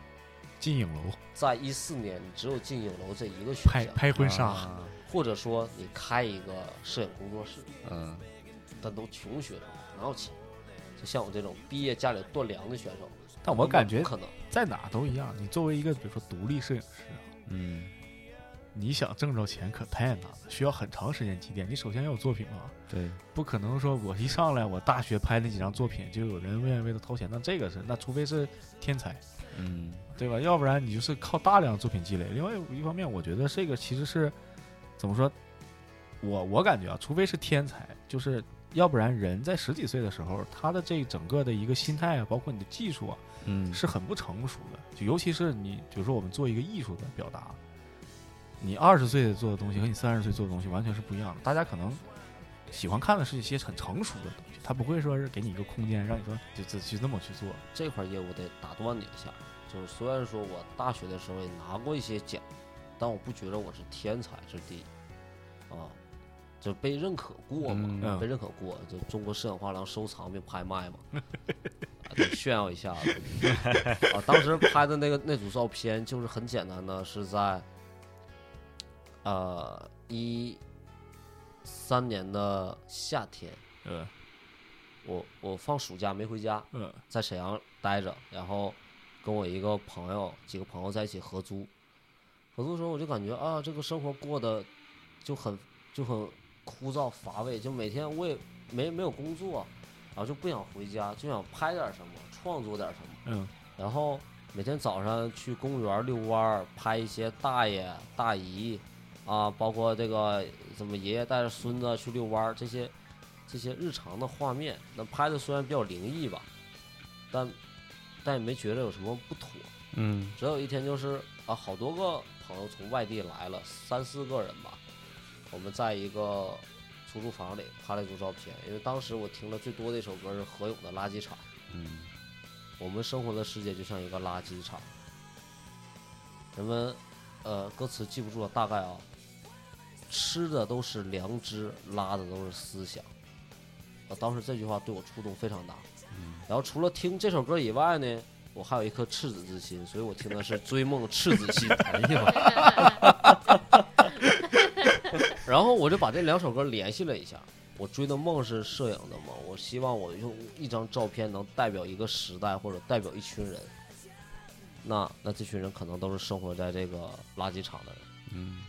S2: 进影楼
S4: 在一四年你只有进影楼这一个选
S2: 拍
S4: 项，
S2: 拍婚纱，
S1: 啊
S4: 或者说你开一个摄影工作室。
S1: 嗯
S4: 但都穷学生，哪有钱？就像我这种毕业家里断粮的选手，
S2: 但我感觉
S4: 不可能。
S2: 在哪都一样。你作为一个比如说独立摄影师，啊
S1: 嗯，
S2: 你想挣着钱可太难了，需要很长时间积淀。你首先要有作品啊，
S1: 对，
S2: 不可能说我一上来我大学拍那几张作品就有人愿意为他掏钱，那这个是那除非是天才，
S1: 嗯
S2: 对吧？要不然你就是靠大量作品积累。另外一方面，我觉得这个其实是怎么说？我我感觉啊，除非是天才，就是要不然人在十几岁的时候，他的这整个的一个心态啊，包括你的技术啊，
S1: 嗯
S2: 是很不成熟的。就尤其是你，比如说我们做一个艺术的表达，你二十岁做的东西和你三十岁做的东西完全是不一样的。大家可能喜欢看的是一些很成熟的东西，他不会说是给你一个空间让你说就就就那么去做。
S4: 这块业务得打断你一下，就是虽然说我大学的时候也拿过一些奖，但我不觉得我是天才之第，啊，就被认可过嘛，啊
S2: 嗯
S4: 被认可过，就中国摄影画廊收藏并拍卖嘛，啊得炫耀一下子。 啊，当时拍的那个那组照片就是很简单的，是在，呃，一三年的夏天，
S2: 呃
S4: 我我放暑假没回家，
S2: 呃
S4: 在沈阳待着，然后跟我一个朋友几个朋友在一起合租。合租的时候我就感觉啊，这个生活过得就很就很枯燥乏味，就每天我也没没有工作，然后就不想回家，就想拍点什么，创作点什么。
S2: 嗯
S4: 然后每天早上去公园遛弯儿，拍一些大爷大姨啊，包括这个什么爷爷带着孙子去遛弯儿这些这些日常的画面。那拍的虽然比较灵异吧，但但也没觉得有什么不妥。
S1: 嗯
S4: 只有一天就是啊，好多个朋友从外地来了，三四个人吧，我们在一个出租房里拍了一组照片，因为当时我听了最多的一首歌是何勇的《垃圾场》。
S1: 嗯
S4: 我们生活的世界就像一个垃圾场。人们，呃，歌词记不住了，大概啊，吃的都是良知，拉的都是思想。呃，当时这句话对我触动非常大。
S1: 嗯
S4: 然后除了听这首歌以外呢，我还有一颗赤子之心，所以我听的是《追梦赤子心》。哎呀然后我就把这两首歌联系了一下。我追的梦是摄影的梦，我希望我用一张照片能代表一个时代或者代表一群人。那那这群人可能都是生活在这个垃圾场的人，
S1: 嗯，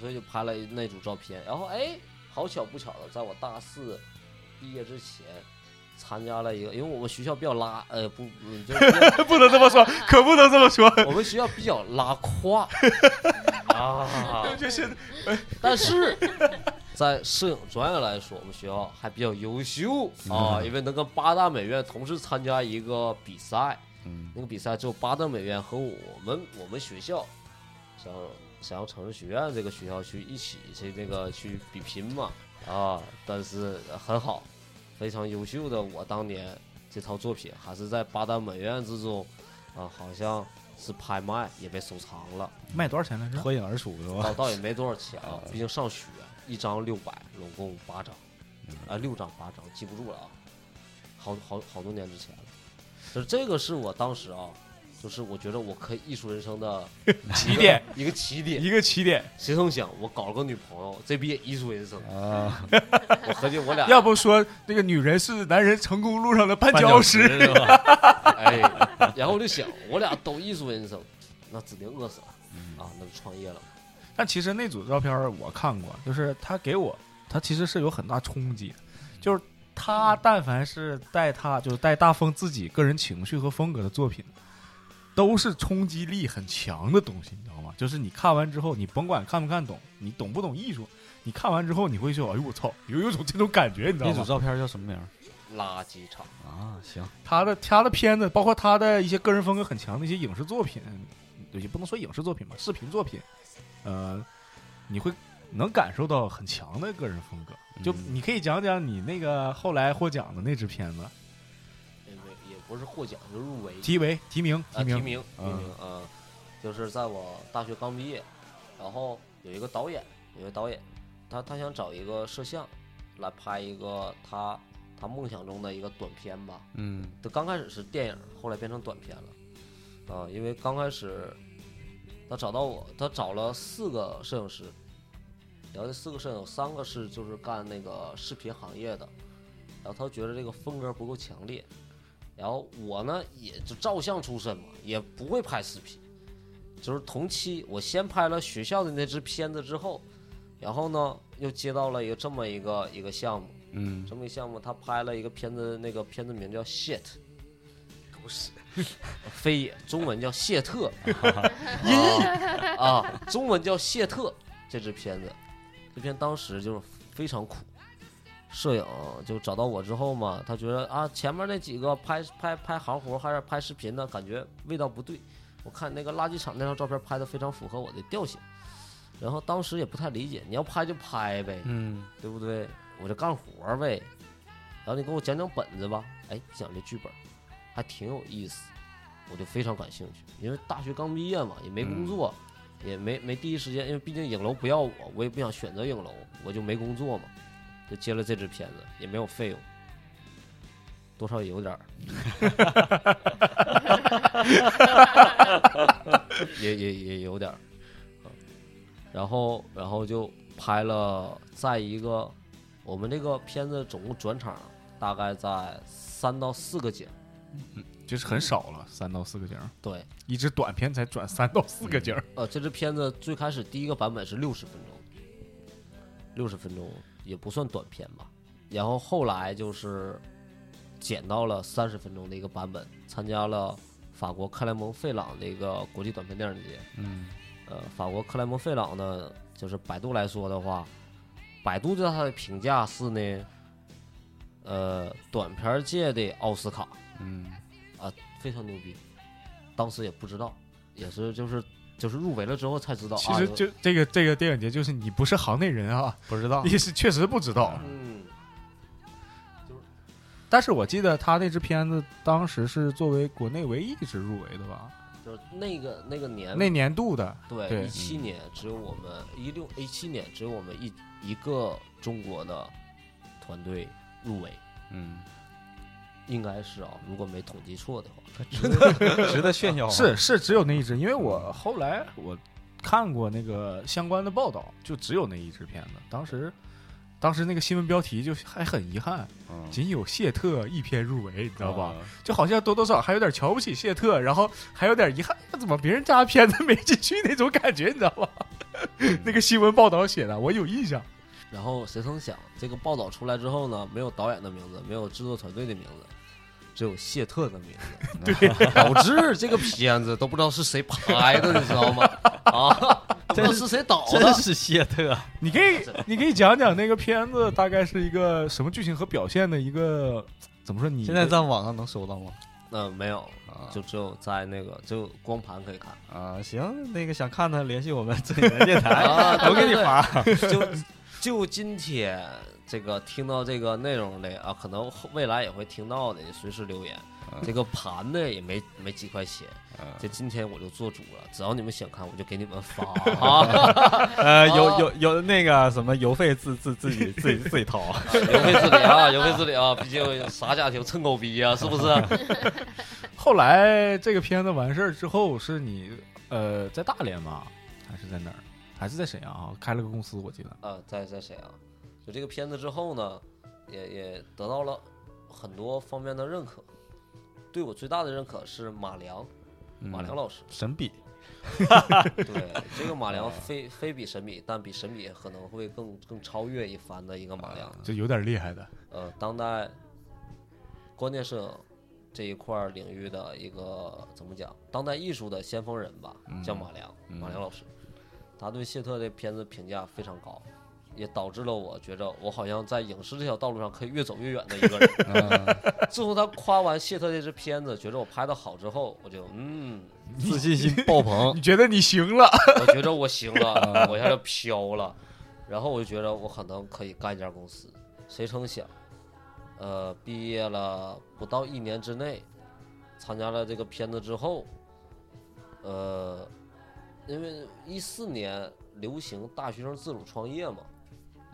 S4: 所以就拍了那组照片。然后哎，好巧不巧的，在我大四毕业之前，参加了一个，因为我们学校比较拉，呃，不，嗯就是 比较
S2: 不能这么说，可不能这么说。
S4: 我们学校比较拉胯 啊，
S2: 就是
S4: 但是在摄影专业来说，我们学校还比较优秀啊，因为能跟八大美院同时参加一个比赛，
S1: 嗯
S4: 那个比赛只有八大美院和我们我们学校，想想要城市学院这个学校去一起去那个去比拼嘛啊，但是很好，非常优秀的我当年这套作品还是在八大美院之中啊，好像是拍卖也被收藏了。
S2: 卖多少钱来着？
S1: 脱颖而出是吧？
S2: 啊
S4: 倒倒也没多少钱啊，毕竟上学，一张六百，拢共八张，
S2: 嗯
S4: 啊，六张八张，记不住了啊，好好好多年之前了。就是这个是我当时啊，就是我觉得我可以艺术人生的
S2: 起点，
S4: 一个起点。
S2: 一个起点。
S4: 谁曾想我搞了个女朋友，这逼也艺术人生。
S1: 啊，
S4: 我合计我俩
S2: 要不说那个女人是男人成功路上的绊脚石，
S3: 是 吧？
S4: 哎，然后我就想我俩都艺术人生，那指定饿死了
S2: 嗯
S4: 啊！那就创业了。
S2: 但其实那组照片儿我看过，就是他给我，他其实是有很大冲击，就是他但凡是带他就是带大风自己个人情绪和风格的作品，都是冲击力很强的东西，你知道吗？就是你看完之后，你甭管看不看懂，你懂不懂艺术，你看完之后你会说，哎呦我操，有有种这种感觉，你知道
S1: 那组
S2: 吗？
S1: 照片叫什么名儿
S4: 垃圾场，
S1: 啊？行，
S2: 他的他的片子，包括他的一些个人风格很强的一些影视作品，也不能说影视作品吧，视频作品，呃，你会能感受到很强的个人风格。就
S1: 嗯
S2: 你可以讲讲你那个后来获奖的那支片子，
S4: 也没也不是获奖，就入围。
S2: 提为提名
S4: 啊，提
S2: 名，
S4: 名提
S1: 嗯
S4: 名，嗯，就是在我大学刚毕业，然后有一个导演，有一个导演，他他想找一个摄像来拍一个他他梦想中的一个短片吧。
S1: 嗯
S4: 就刚开始是电影，后来变成短片了，啊，因为刚开始他找到我，他找了四个摄影师，然后这四个摄影有三个是就是干那个视频行业的，然后他觉得这个风格不够强烈，然后我呢也就照相出身嘛，也不会拍视频，就是同期我先拍了学校的那支片子之后，然后呢又接到了一个这么一个一个项目，
S1: 嗯，
S4: 这么一项目，他拍了一个片子，那个片子名叫《shit》，狗屎，非也，中文叫谢特， 音啊中文叫谢特。这支片子，这片当时就是非常苦。摄影就找到我之后嘛，他觉得啊，前面那几个拍拍拍行活还是拍视频的感觉味道不对，我看那个垃圾场那张照片拍的非常符合我的调性，然后当时也不太理解，你要拍就拍呗，
S1: 嗯，
S4: 对不对？我就干活儿呗。然后你给我讲讲本子吧。哎，讲这剧本还挺有意思，我就非常感兴趣。因为大学刚毕业嘛，也没工作，也没没第一时间，因为毕竟影楼不要我，我也不想选择影楼，我就没工作嘛，就接了这支片子，也没有费用。多少也有点儿， 也也也有点儿，啊然后然后就拍了，在一个我们这个片子总共转场大概在三到四个景儿，
S2: 就是很少了，三到四个景儿，
S4: 对，
S2: 一支短片才转三到四个景儿，
S4: 呃，这支片子最开始第一个版本是六十分钟，六十分钟也不算短片吧。然后后来就是剪到了三十分钟的一个版本，参加了法国克莱蒙费朗的一个国际短片电影节。嗯，呃，法国克莱蒙费朗呢，就是百度来说的话，百度对它的评价是呢，呃，短片界的奥斯卡。
S1: 嗯
S4: 啊，非常牛逼。当时也不知道，也是就是就是入围了之后才知道。
S2: 其实
S4: 啊、
S2: 就这个这个电影节，就是你不
S1: 嗯
S2: 是行内人啊，
S1: 不知道
S4: 嗯
S2: 你是确实不知道，
S4: 嗯，就是
S2: 但是我记得他那支片子当时是作为国内唯一一支入围的吧，
S4: 就是那个那个年
S2: 那年度的，
S4: 对，
S2: 对
S4: 一七年只有我们一六一七年只有我们一一个中国的团队入围，
S1: 嗯，
S4: 应该是啊，如果没统计错的话，
S3: 值得炫
S1: 啊
S3: 耀。
S2: 是是只有那一支，因为我后来我看过那个相关的报道，就只有那一支片子。当时当时那个新闻标题就还很遗憾，
S1: 嗯
S2: 仅有谢特一篇入围，你知道吧？？
S1: 嗯
S2: 就好像多多少少还有点瞧不起谢特，然后还有点遗憾，怎么别人家片子没进去那种感觉，你知道吧？ 那个新闻报道写的，我有印象。
S4: 然后谁曾想这个报道出来之后呢，没有导演的名字，没有制作团队的名字。只有谢特的名字，对， 导致这个片子都不知道是谁拍的，你知道吗？啊，不知道是谁导的
S3: 真，是谢特，
S1: 啊
S2: 你可以，你可以讲讲那个片子大概是一个什么剧情和表现的一个怎么说你？
S1: 现在在网上能搜到吗？
S4: 嗯，没有，
S1: 啊
S4: 就只有在那个只有光盘可以看。
S1: 啊，行，那个想看的联系我们这里的电台，
S4: 啊
S1: 我给你发。
S4: 就就今天这个听到这个内容的啊，可能后未来也会听到的，你随时留言。这个盘呢也没没几块钱，这今天我就做主了，只要你们想看，我就给你们发啊，
S1: 呃，有有有那个什么邮费自自自己自己自己掏。
S4: 邮费自理啊，邮费自理啊，毕竟啥家庭蹭狗逼啊，是不是？
S2: 后来这个片子完事儿之后，是你呃在大连吗？还是在哪儿？还是在沈阳啊？开了个公司，我记得。
S4: 啊，在在沈阳，就这个片子之后呢，也也得到了很多方面的认可。对我最大的认可是马良，马良老师。
S1: 神笔，
S4: 对，这个马良非非比神笔，但比神笔可能会更更超越一番的一个马良。
S2: 就有点厉害的，
S4: 呃，当代观念摄影这一块儿领域的一个怎么讲，当代艺术的先锋人吧，叫马良，马良老师，他对谢特的片子评价非常高。也导致了我觉着我好像在影视这条道路上可以越走越远的一个人。 自从他夸完谢特这支片子，觉着我拍的好之后，我就嗯，
S1: 自信心爆 棚。
S2: 你觉得你行了？
S4: 我觉得我行了，我一下就飘了，然后我就觉得我可能可以干一家公司，谁成想，呃，毕业了不到一年之内，参加了这个片子之后，呃，因为一四年流行大学生自主创业嘛，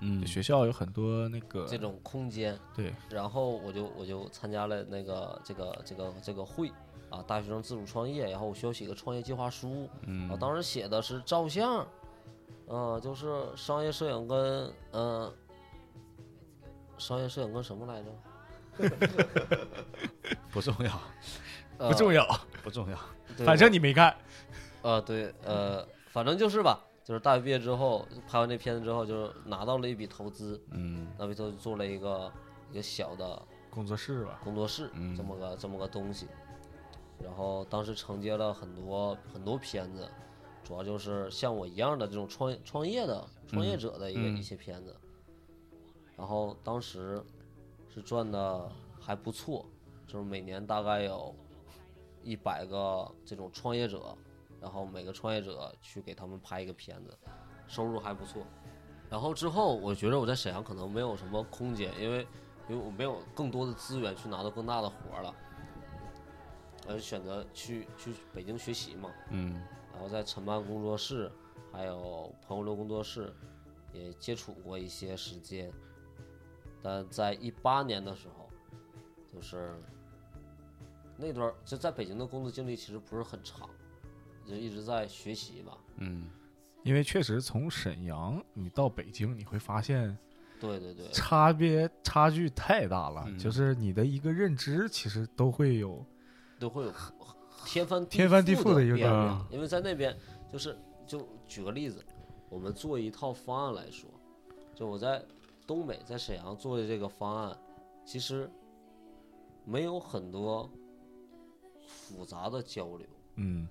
S1: 嗯
S2: 学校有很多那个
S4: 这种空间，
S2: 对，
S4: 然后我就我就参加了那个这个这个这个会啊，大学生自主创业，然后我需要写个创业计划书，嗯，我当时写的是照相，嗯、就是商业摄影跟嗯、呃商业摄影跟什么来着？
S1: 不重要，
S4: 呃、
S2: 不重要，
S1: 不重要。
S4: 对
S2: 反正你没看。
S4: 呃对呃，反正就是吧，就是大学毕业之后拍完这片子之后，就是拿到了一笔投资，
S1: 嗯
S4: 那笔投资做了一个一个小的
S2: 工作室吧，
S4: 工作室
S1: 嗯
S4: 这么个这么个东西。然后当时承接了很多很多片子，主要就是像我一样的这种创业创业的创业者的一个、一些片子。然后当时是赚的还不错，就是每年大概有一百个这种创业者，然后每个创业者去给他们拍一个片子，收入还不错。然后之后，我觉得我在沈阳可能没有什么空间，因为因为我没有更多的资源去拿到更大的活儿了，我就选择去去北京学习嘛。
S1: 嗯
S4: 然后在晨班工作室，还有朋友流工作室，也接触过一些时间。但在一八年的时候，就是那段儿就在北京的工作经历其实不是很长，就一直在学习吧。
S1: 嗯，
S2: 因为确实从沈阳你到北京，你会发现
S4: 对对对，
S2: 差别差距太大了，
S1: 嗯
S2: 就是你的一个认知其实都会有
S4: 都会有天翻
S2: 天翻地覆
S4: 覆
S2: 的
S4: 的
S2: 一个
S4: 变
S2: 感
S4: 化
S2: 觉，
S4: 因为在那边就是就举个例子，我们做一套方案来说，就我在东北在沈阳做的这个方案，其实没有很多复杂的交流。
S2: 嗯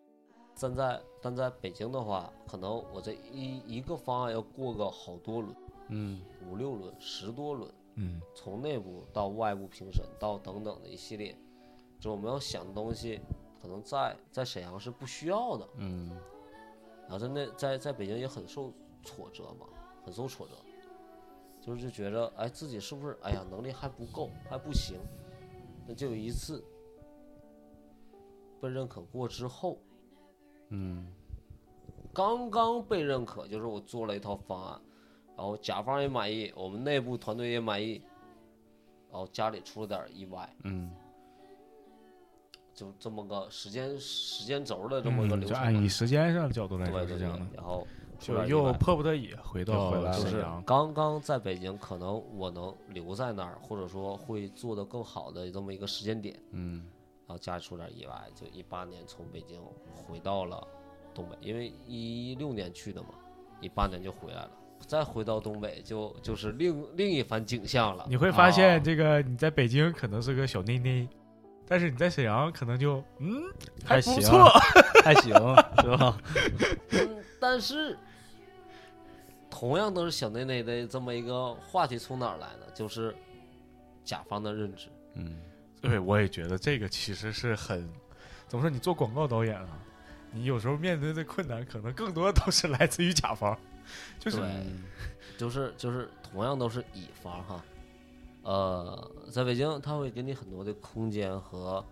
S4: 但在但在北京的话，可能我这一一个方案要过个好多轮，
S1: 嗯
S4: 五六轮、十多轮，
S2: 嗯
S4: 从内部到外部评审到等等的一系列，就我们要想的东西，可能在在沈阳是不需要的，
S1: 嗯
S4: 然后在那在在北京也很受挫折嘛，很受挫折，就是就觉着哎自己是不是哎呀能力还不够还不行，那就有一次，被认可过之后，
S1: 嗯
S4: 刚刚被认可，就是我做了一套方案，然后甲方也满意，我们内部团队也满意，然后家里出了点意外，
S1: 嗯，
S4: 就这么个时间时间轴的这么一个
S2: 嗯
S4: 流
S2: 就
S4: 程吧。
S2: 按以时间上的角度来
S4: 对
S2: 说
S4: 对
S2: 是
S4: 对
S2: 这样的，，
S4: 然后出
S2: 就
S4: 了意
S2: 又
S4: 外
S2: 迫不得已回
S1: 又回来
S2: 到
S1: 了
S4: 就
S2: 沈
S4: 是
S2: 阳。
S4: 刚刚在北京，可能我能留在那儿，或者说会做得更好的这么一个时间点，
S1: 嗯
S4: 然后家里出点意外，就一八年从北京回到了东北，因为一六年去的嘛，一八年就回来了，再回到东北就就是另另一番景象了。
S2: 你会发现，这个你在北京可能是个小内内，但是你在沈阳可能就嗯
S1: 还
S2: 不
S1: 行
S2: 错，
S1: 还行 是吧？
S4: 嗯，但是同样都是小内内的这么一个话题，从哪儿来呢？就是甲方的认知。
S1: 嗯
S2: 对，我也觉得这个其实是很怎么说？你做广告导演啊，你有时候面对的困难可能更多都是来自于甲方，就是
S4: 对 就是就是同样都是乙方哈，呃，在北京他会给你很多的空间和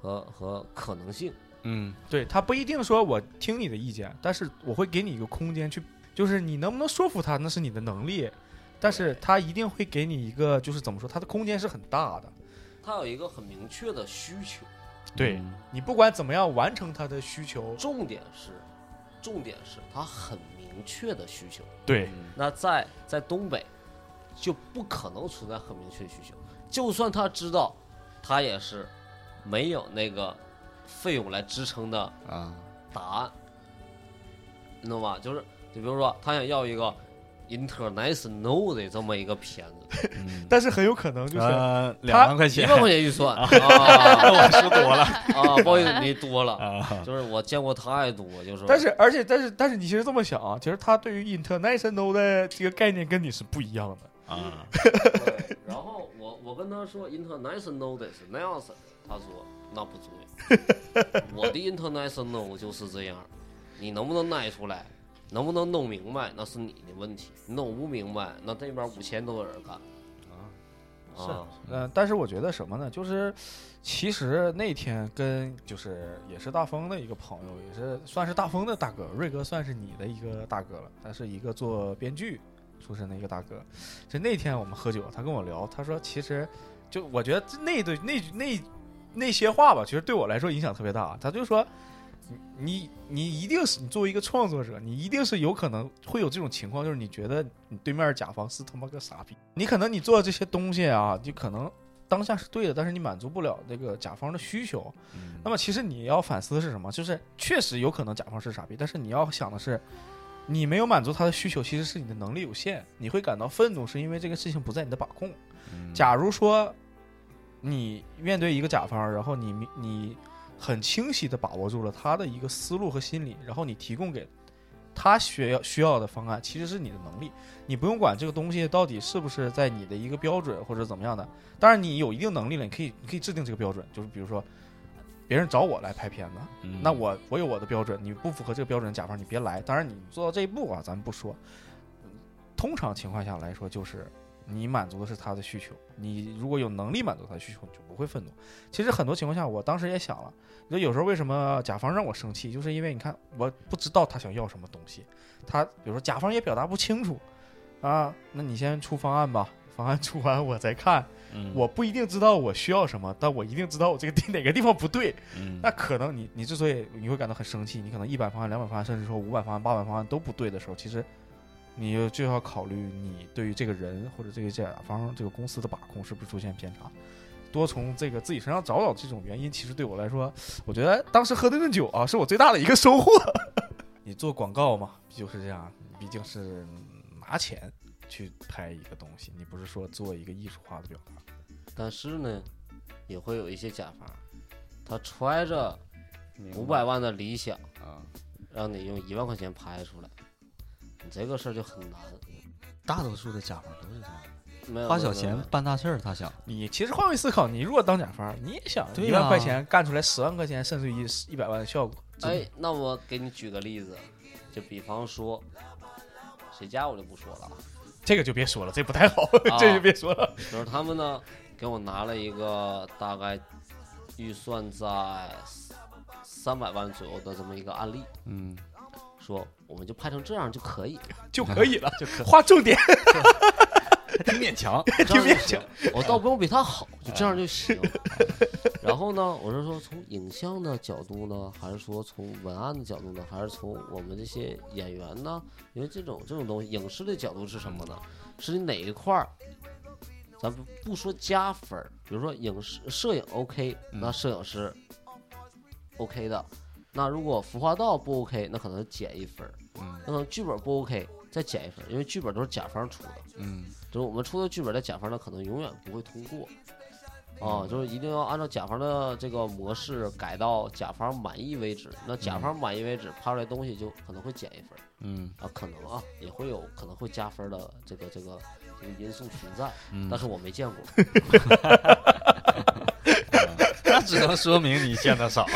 S4: 和和可能性，
S1: 嗯
S2: 对他不一定说我听你的意见，但是我会给你一个空间去，就是你能不能说服他，那是你的能力，但是他一定会给你一个，就是怎么说，他的空间是很大的。
S4: 他有一个很明确的需求，
S2: 对你不管怎么样完成他的需求，
S4: 重点是，重点是他很明确的需求。嗯
S2: 对
S4: 那在在东北，就不可能存在很明确的需求，就算他知道，他也是没有那个费用来支撑的
S1: 啊
S4: 答案，你懂吧？就是就比如说，他想要一个 international 的这么一个片子，
S1: 嗯，
S2: 但是很有可能就是、
S1: 呃两万块
S4: 一
S1: 钱
S4: 万块钱预算啊
S1: 我说多 了
S4: 啊，不好意思，你多了，
S1: 啊，
S4: 就是我见过太多，就是
S2: 但是，而且，但是，但是，你其实这么想啊，其实他对于 international 的这个概念跟你是不一样的。
S1: 啊
S4: 对然后我我跟他说 international 的是那样式儿，他说那不重要，我的 international 就是这样儿，你能不能耐出来，能不能弄明白那是你的问题，你弄不明白那这边五千都有人干
S1: 是
S4: 啊，
S2: 嗯、但是我觉得什么呢？就是其实那天跟就是也是大风的一个朋友，也是算是大风的大哥，瑞哥算是你的一个大哥了，他是一个做编剧出身的一个大哥。就那天我们喝酒，他跟我聊，他说其实就我觉得那对那那那些话吧，其实对我来说影响特别大。他就说。你你一定是你作为一个创作者，你一定是有可能会有这种情况，就是你觉得你对面甲方是他妈个傻逼，你可能你做这些东西啊，你可能当下是对的，但是你满足不了那个甲方的需求。
S1: 嗯
S2: 那么其实你要反思的是什么？就是确实有可能甲方是傻逼，但是你要想的是，你没有满足他的需求，其实是你的能力有限，你会感到愤怒，是因为这个事情不在你的把控。假如说你面对一个甲方，然后你明你很清晰的把握住了他的一个思路和心理，然后你提供给他需要需要的方案，其实是你的能力，你不用管这个东西到底是不是在你的一个标准或者怎么样的。当然，你有一定能力了，你可以你可以制定这个标准，就是比如说。别人找我来拍片子，
S1: 嗯
S2: 那我我有我的标准，你不符合这个标准，甲方你别来。当然，你做到这一步啊，咱们不说。通常情况下来说，就是你满足的是他的需求，你如果有能力满足他的需求，你就不会愤怒。其实很多情况下，我当时也想了，你说有时候为什么甲方让我生气，就是因为你看我不知道他想要什么东西，他比如说甲方也表达不清楚啊，那你先出方案吧，方案出完我再看，我不一定知道我需要什么，但我一定知道我这个地哪个地方不对，
S1: 嗯
S2: 那可能你你之所以你会感到很生气，你可能一版方案、两版方案，甚至说五版方案、八版方案都不对的时候，其实你就就要考虑你对于这个人或者这个甲方这个公司的把控是不是出现偏差。多从这个自己身上找找这种原因，其实对我来说，我觉得当时喝那顿酒啊，是我最大的一个收获。 你做广告嘛，就是这样，你毕竟是拿钱去拍一个东西，你不是说做一个艺术化的表达。
S4: 但是呢，也会有一些甲方，他揣着五百万的理想，
S1: 啊，
S4: 让你用一万块钱拍出来，你这个事儿就很难。
S1: 大多数的甲方都是这样，
S4: 没有
S1: 花
S4: 没
S1: 小
S4: 有没有
S1: 钱
S4: 没有
S1: 办大事儿，他想
S2: 你其实换位思考，你如果当甲方，你也想
S1: 对
S2: 一
S1: 呀
S2: 万块钱干出来十万块钱，甚至于一百万的效果。真的
S4: 哎，，那我给你举个例子，就比方说，谁家我就不说了啊，
S2: 这个就别说了，这不太好，
S4: 啊
S2: 这就别说了。
S4: 就是他们呢，给我拿了一个大概预算在三百万左右的这么一个案例，
S1: 嗯，
S4: 说我们就拍成这样就可以，
S5: 就可以了，画重点，
S1: 勉强，
S4: 这样就行，我倒不用比他好，就这样就行。然后呢，我是说从影像的角度呢，还是说从文案的角度呢，还是从我们这些演员呢？因为这种这种东西，影视的角度是什么呢？是你哪一块儿？咱不不说加分儿，比如说影视摄影 OK，那摄影师 OK 的。那如果服化道不 OK，那可能减一分儿。
S1: 嗯
S4: 那可能剧本不 OK，再减一分儿，因为剧本都是甲方出的。
S1: 嗯，
S4: 就是我们出的剧本在甲方呢，可能永远不会通过。啊，就是一定要按照甲方的这个模式改到甲方满意为止。那甲方满意为止，拍出来东西就可能会减一分儿
S1: 嗯
S4: 啊，可能啊也会有可能会加分的这个这个这个因素存在，
S1: 嗯
S4: 但是我没见过。
S1: 那只能说明你见 的少。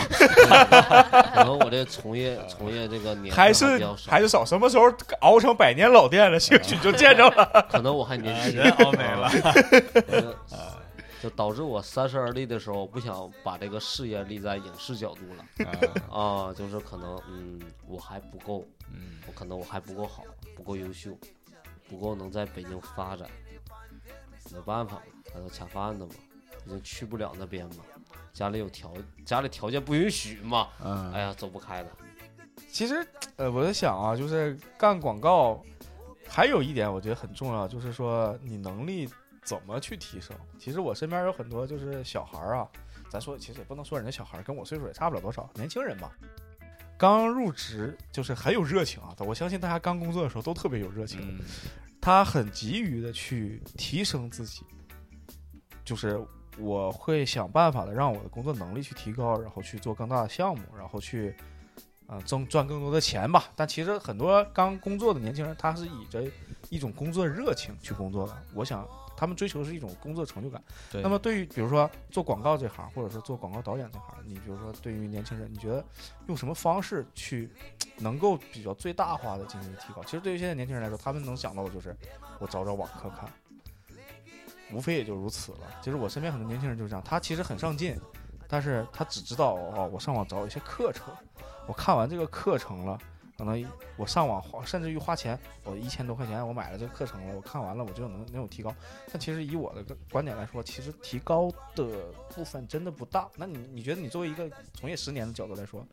S4: 可能我这从业从业这个年
S2: 还
S4: 份
S2: 是
S4: 比较少
S2: 还，是少，什么时候熬成百年老店了，兴许就见着了。
S4: 可能我还年轻，
S6: 人熬没了，
S4: 呃
S2: 啊
S4: 就导致我三十而立的时候，不想把这个事业立在影视角度了。啊，就是可能，嗯，我还不够，
S1: 嗯
S4: 我可能我还不够好，不够优秀，不够能在北京发展。没办法，还有卡饭的嘛，已经去不了那边嘛，家里有条，家里条件不允许嘛，
S1: 嗯
S4: 哎呀，走不开了。
S2: 其实，呃，我在想啊，就是干广告，还有一点我觉得很重要，就是说你能力怎么去提升。其实我身边有很多就是小孩儿啊，咱说其实也不能说人家小孩儿跟我岁数也差不了多少，年轻人嘛，刚入职就是很有热情啊。我相信大家刚工作的时候都特别有热情，
S1: 嗯
S2: 他很急于的去提升自己，就是我会想办法的让我的工作能力去提高，然后去做更大的项目，然后去，呃，挣赚更多的钱吧。但其实很多刚工作的年轻人，他是以着一种工作热情去工作的。我想他们追求是一种工作成就感。
S1: 对
S2: 那么对于比如说做广告这行，或者是做广告导演这行，你比如说对于年轻人，你觉得用什么方式去能够比较最大化的进行提高？其实对于现在年轻人来说，他们能想到的就是我找找网课看，无非也就如此了。其实我身边很多年轻人就是这样，他其实很上进，但是他只知道哦，我上网找一些课程，我看完这个课程了，可能我上网花，甚至于花钱，我一千多块钱我买了这个课程了，我看完了我就能能有提高。但其实以我的观点来说，其实提高的部分真的不大。那你你觉得你作为一个从业十年的角度来说，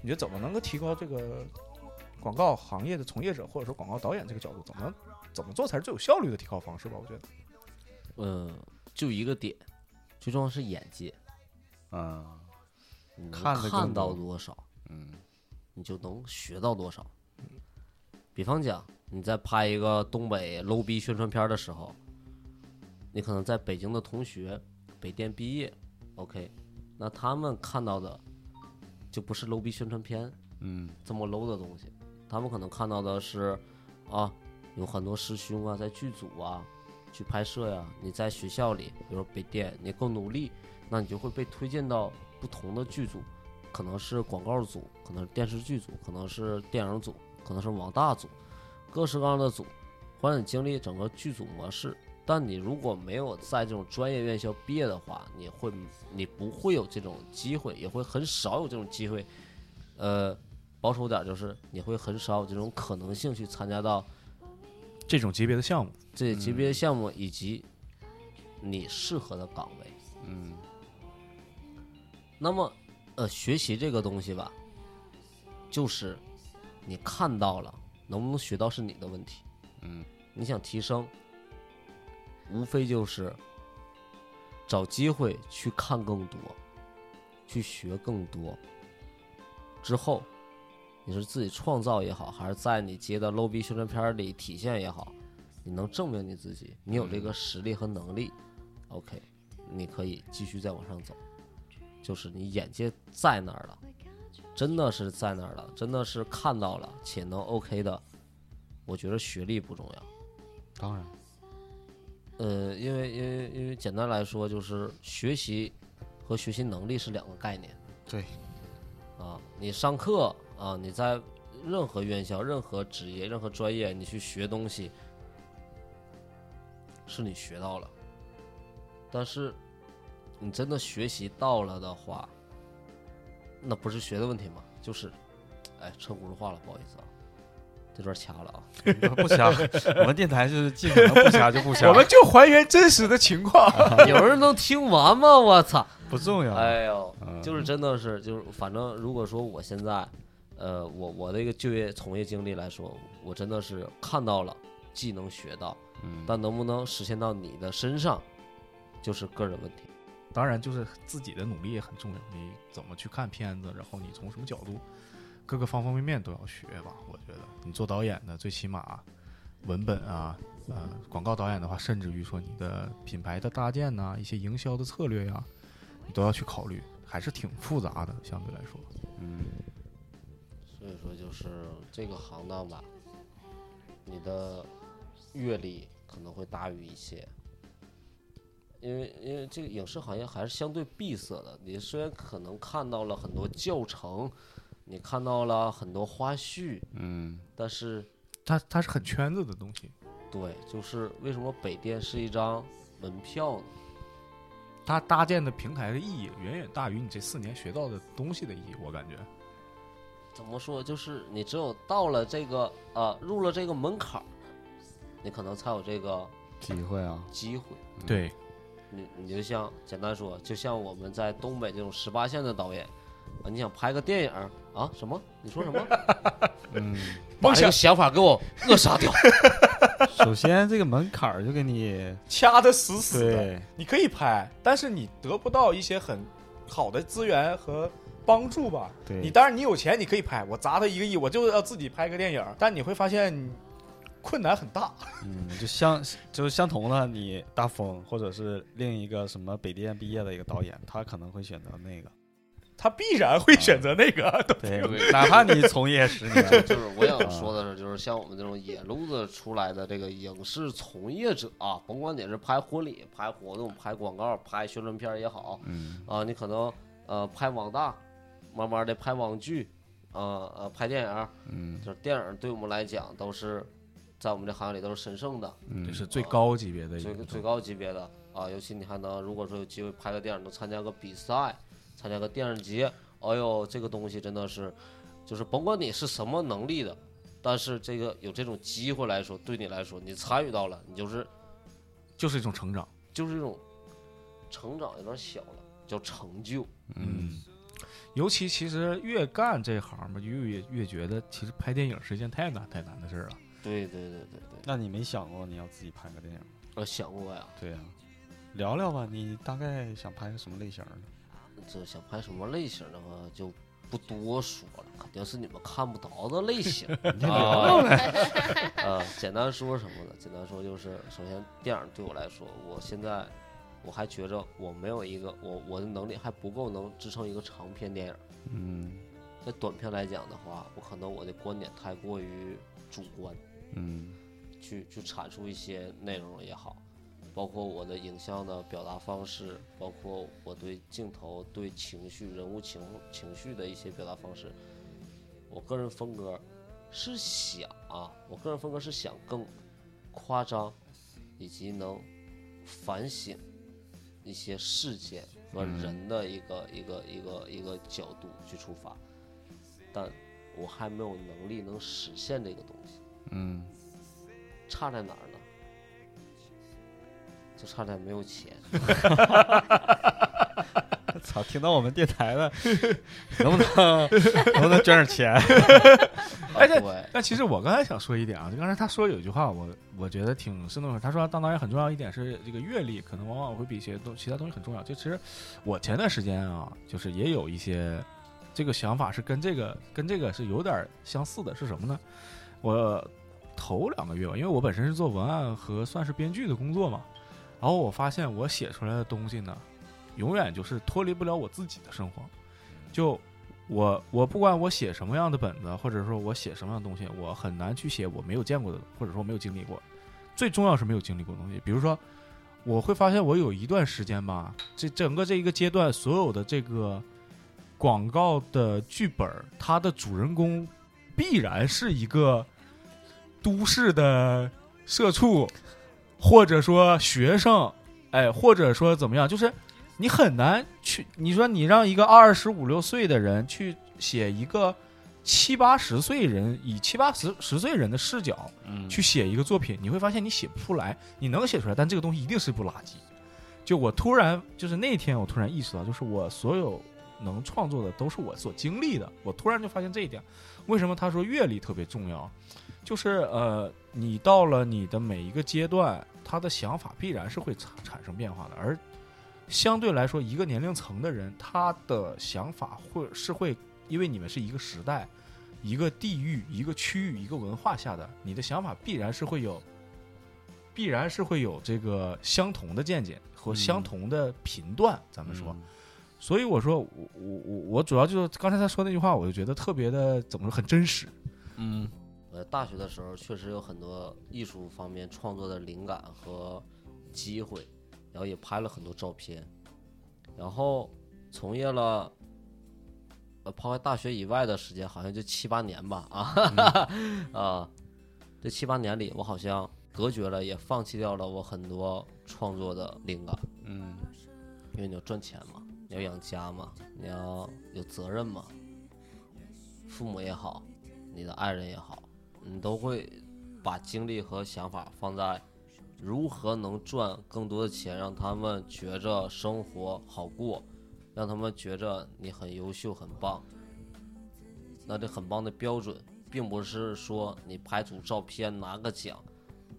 S2: 你觉得怎么能够提高这个广告行业的从业者或者说广告导演这个角度，怎么能怎么做才是最有效率的提高方式吧？我觉得
S4: 嗯，就一个点，最重要是眼界，
S1: 嗯
S4: 你能
S1: 看得更
S4: 看到
S1: 多
S4: 多少，
S1: 嗯
S4: 你就能学到多少。比方讲，你在拍一个东北 low 逼宣传片的时候，你可能在北京的同学，北电毕业，OK，那他们看到的就不是 low 逼宣传片
S1: 嗯
S4: 这么 low 的东西，他们可能看到的是啊，有很多师兄啊在剧组啊去拍摄呀、你在学校里，比如北电，你够努力，那你就会被推荐到不同的剧组，可能是广告组，可能是电视剧组，可能是电影组，可能是网大组，各式各样的组，或者你经历整个剧组模式。但你如果没有在这种专业院校毕业的话，你会你不会有这种机会，也会很少有这种机会。呃，保守点儿就是你会很少有这种可能性去参加到
S5: 这种级别的项目，
S1: 嗯
S4: 这级别项目以及你适合的岗位。
S1: 嗯
S4: 那么，呃，学习这个东西吧，就是你看到了，能不能学到是你的问题。
S1: 嗯，
S4: 你想提升，无非就是找机会去看更多，去学更多。之后，你是自己创造也好，还是在你接的 low 逼宣传片儿里体现也好，你能证明你自己，你有这个实力和能力、o k 你可以继续再往上走。就是你眼界在那儿了，真的是在那儿了，真的是看到了且能 OK 的，我觉得学历不重要。
S1: 当然，
S4: 呃，因为因为因为简单来说，就是学习和学习能力是两个概念。
S1: 对。
S4: 啊，你上课啊，你在任何院校、任何职业、任何专业，你去学东西，是你学到了，但是你真的学习到了的话，那不是学的问题吗？就是，哎，车轱辘话了，不好意思啊，这段掐了啊。
S3: 不瞎，我们电台就是尽可能不瞎就不瞎，
S2: 我们就还原真实的情况。
S4: 有人能听完吗？我操！
S3: 不重要。
S4: 哎呦，
S3: 嗯
S4: 就是真的是就是，反正如果说我现在，呃，我我的一个就业从业经历来说，我真的是看到了，既能学到，
S1: 嗯，
S4: 但能不能实现到你的身上，就是个人问题。
S2: 当然，就是自己的努力也很重要。你怎么去看片子，然后你从什么角度，各个方方面面都要学吧。我觉得你做导演的，最起码文本啊，呃，广告导演的话，甚至于说你的品牌的搭建呐、一些营销的策略呀、你都要去考虑，还是挺复杂的。相对来说，
S1: 嗯
S4: 所以说，就是这个行当吧，你的阅历可能会大于一切，因为因为这个影视行业还是相对闭塞的。你虽然可能看到了很多教程，你看到了很多花絮，
S1: 嗯
S4: 但是
S2: 它它是很圈子的东西，
S4: 对，就是为什么北电是一张门票呢？
S2: 它搭建的平台的意义远远大于你这四年学到的东西的意义。我感觉，
S4: 怎么说？就是你只有到了这个呃入了这个门槛儿，你可能才有这个
S1: 机会啊，
S4: 机会。
S2: 对，
S4: 你你就像简单说，就像我们在东北这种十八线的导演，啊，你想拍个电影儿啊？什么？你说什么？
S1: 嗯，
S4: 把这个想法给我扼杀 掉。
S1: 首先这个门槛儿就给你
S7: 掐的死死的。
S1: 对，
S7: 你可以拍，但是你得不到一些很好的资源和帮助吧。
S1: 对
S7: 你当然你有钱你可以拍，我砸他一个亿，我就要自己拍个电影，但你会发现你困难很大。
S1: 嗯，就相就是相同的，你大风或者是另一个什么北电毕业的一个导演，他可能会选择那个，
S7: 他必然会选择那个，
S1: 对，哪怕你从业十 年，
S4: 就是我
S1: 啊
S4: 想说的是，就是像我们这种野路子出来的这个影视从业者啊，甭管你是拍婚礼、拍活动、拍广告、拍宣传片儿也好，
S1: 嗯
S4: 啊，你可能呃拍网大，慢慢的拍网剧，呃呃拍电影儿，
S1: 嗯
S4: 就是电影儿对我们来讲都是在我们这行业里都是神圣的，
S1: 嗯，
S2: 这是最高级别的一
S4: 最
S2: 个
S4: 最高级别的啊，尤其你还能如果说有机会拍个电影，能参加个比赛，参加个电影节，哎呦，这个东西真的是，就是甭管你是什么能力的，但是这个有这种机会来说，对你来说，你参与到了，你就是
S2: 就是一种成长。
S4: 就是一种成长有点小了，叫成就。
S1: 嗯
S2: 尤其其实越干这行吧，越越觉得其实拍电影是一件太难太难的事儿了。
S4: 对对对对对，
S1: 那你没想过你要自己拍个电影吗？
S4: 我呃想过呀，
S1: 对呀、啊聊聊吧，你大概想拍个什么类型的？
S4: 这想拍什么类型的话就不多说了，肯定是你们看不着的类型啊。 呃，简单说什么呢？简单说就是，首先电影对我来说，我现在我还觉着我没有一个我我的能力还不够能支撑一个长篇电影。
S1: 嗯
S4: 在短片来讲的话，我可能我的观点太过于主观，
S1: 嗯
S4: 去去阐述一些内容也好，包括我的影像的表达方式，包括我对镜头、对情绪、人物情情绪的一些表达方式。我个人风格是想啊，我个人风格是想更夸张，以及能反省一些事件和人的一个、一个一个一个角度去出发，但我还没有能力能实现这个东西。
S1: 嗯，
S4: 差在哪儿呢？就差在没有钱。
S1: 操！听到我们电台 的，能不能能不能捐点钱？
S4: 啊、
S2: 这
S4: 对，
S2: 但其实我刚才想说一点啊，就刚才他说有一句话，我我觉得挺生动的。他说当导演很重要一点是这个阅历，可能往往会比一些东其他东西很重要。就其实我前段时间啊，就是也有一些这个想法是跟这个跟这个是有点相似的，是什么呢？我头两个月吧，因为我本身是做文案和算是编剧的工作嘛，然后我发现我写出来的东西呢，永远就是脱离不了我自己的生活，就我我不管我写什么样的本子，或者说我写什么样的东西，我很难去写我没有见过的，或者说没有经历过。最重要是没有经历过的东西，比如说，我会发现我有一段时间吧，这整个这一个阶段，所有的这个广告的剧本儿，它的主人公必然是一个都市的社畜，或者说学生，哎，或者说怎么样，就是你很难去，你说你让一个二十五六岁的人去写一个七八十岁人，以七八十十岁人的视角
S1: 嗯
S2: 去写一个作品，你会发现你写不出来，你能写出来，但这个东西一定是一部垃圾。就我突然就是那天我突然意识到，就是我所有能创作的都是我所经历的，我突然就发现这一点。为什么他说阅历特别重要？就是呃，你到了你的每一个阶段，他的想法必然是会产产生变化的，而相对来说，一个年龄层的人，他的想法会是会，因为你们是一个时代、一个地域、一个区域、一个文化下的，你的想法必然是会有，必然是会有这个相同的见解和相同的频段，咱们说，所以我说，我我我我主要就是刚才他说那句话，我就觉得特别的怎么说，很真实。
S1: 嗯，
S4: 呃，大学的时候确实有很多艺术方面创作的灵感和机会，然后也拍了很多照片，然后从业了，呃，抛开大学以外的时间，好像就七八年吧，啊， 啊，这七八年里，我好像隔绝了，也放弃掉了我很多创作的灵感，
S1: 嗯
S4: 因为你要赚钱嘛，你要养家嘛，你要有责任嘛，父母也好，你的爱人也好，你都会把精力和想法放在如何能赚更多的钱，让他们觉着生活好过，让他们觉着你很优秀、很棒。那这很棒的标准，并不是说你拍组照片拿个奖，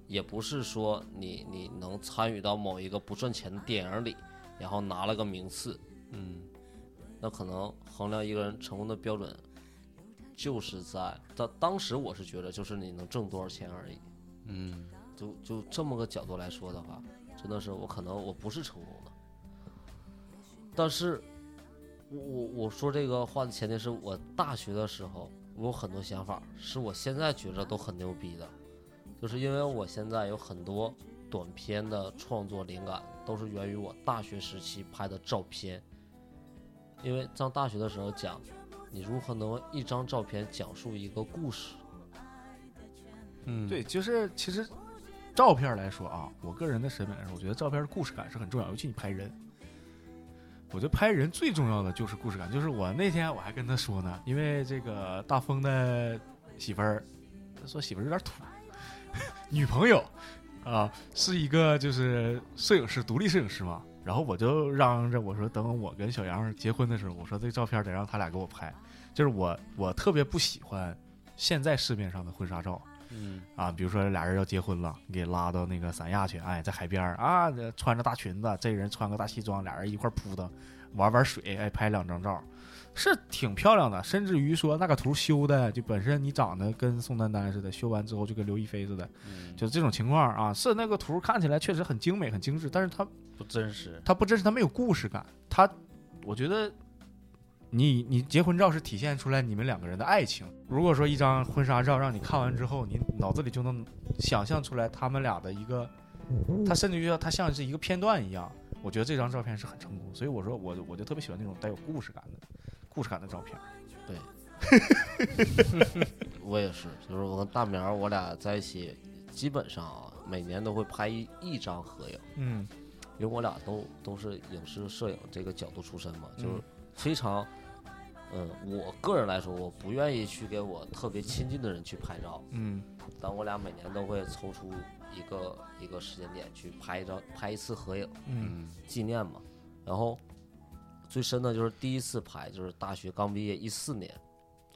S4: 也不是说你你能参与到某一个不赚钱的电影里，然后拿了个名次，
S1: 嗯
S4: 那可能衡量一个人成功的标准，就是在当当时我是觉得就是你能挣多少钱而已，
S1: 嗯
S4: 就就这么个角度来说的话，真的是我可能我不是成功的，但是我我我说这个话的前提是我大学的时候我有很多想法，是我现在觉着都很牛逼的，就是因为我现在有很多短片的创作灵感都是源于我大学时期拍的照片，因为上大学的时候讲，你如何能用一张照片讲述一个故事。
S1: 嗯，
S2: 对，就是其实照片来说啊，我个人的审美来说，我觉得照片的故事感是很重要，尤其你拍人。我觉得拍人最重要的就是故事感，就是我那天我还跟他说呢，因为这个大风的媳妇儿，他说媳妇儿有点土，女朋友啊、是一个就是摄影师，独立摄影师嘛。然后我就嚷着我说，等我跟小杨结婚的时候，我说这照片得让他俩给我拍，就是我我特别不喜欢现在市面上的婚纱照，
S1: 嗯
S2: 啊，比如说俩人要结婚了，你给拉到那个三亚去，哎，在海边儿啊，穿着大裙子，这人穿个大西装，俩人一块儿扑腾，玩玩水，哎，拍两张照，是挺漂亮的。甚至于说那个图修的，就本身你长得跟宋丹丹似的，修完之后就跟刘亦菲似的，
S1: 嗯，
S2: 就这种情况啊，是那个图看起来确实很精美、很精致，但是它
S1: 不真实。
S2: 它不真实，它没有故事感。它，我觉得你你结婚照是体现出来你们两个人的爱情。如果说一张婚纱照让你看完之后，你脑子里就能想象出来他们俩的一个，
S4: 嗯
S2: 它甚至于要它像是一个片段一样。我觉得这张照片是很成功，所以我说我我就特别喜欢那种带有故事感的故事感的照片。
S4: 我也是，就是我跟大苗儿，我俩在一起，基本上啊，每年都会拍一一张合影，
S2: 嗯
S4: 因为我俩都都是影视摄影这个角度出身嘛，
S2: 嗯
S4: 就是非常，嗯，我个人来说，我不愿意去给我特别亲近的人去拍照，
S2: 嗯
S4: 但我俩每年都会抽出一个一个时间点去拍一张拍一次合影，
S2: 嗯
S4: 纪念嘛。然后最深的就是第一次拍，就是大学刚毕业一四年，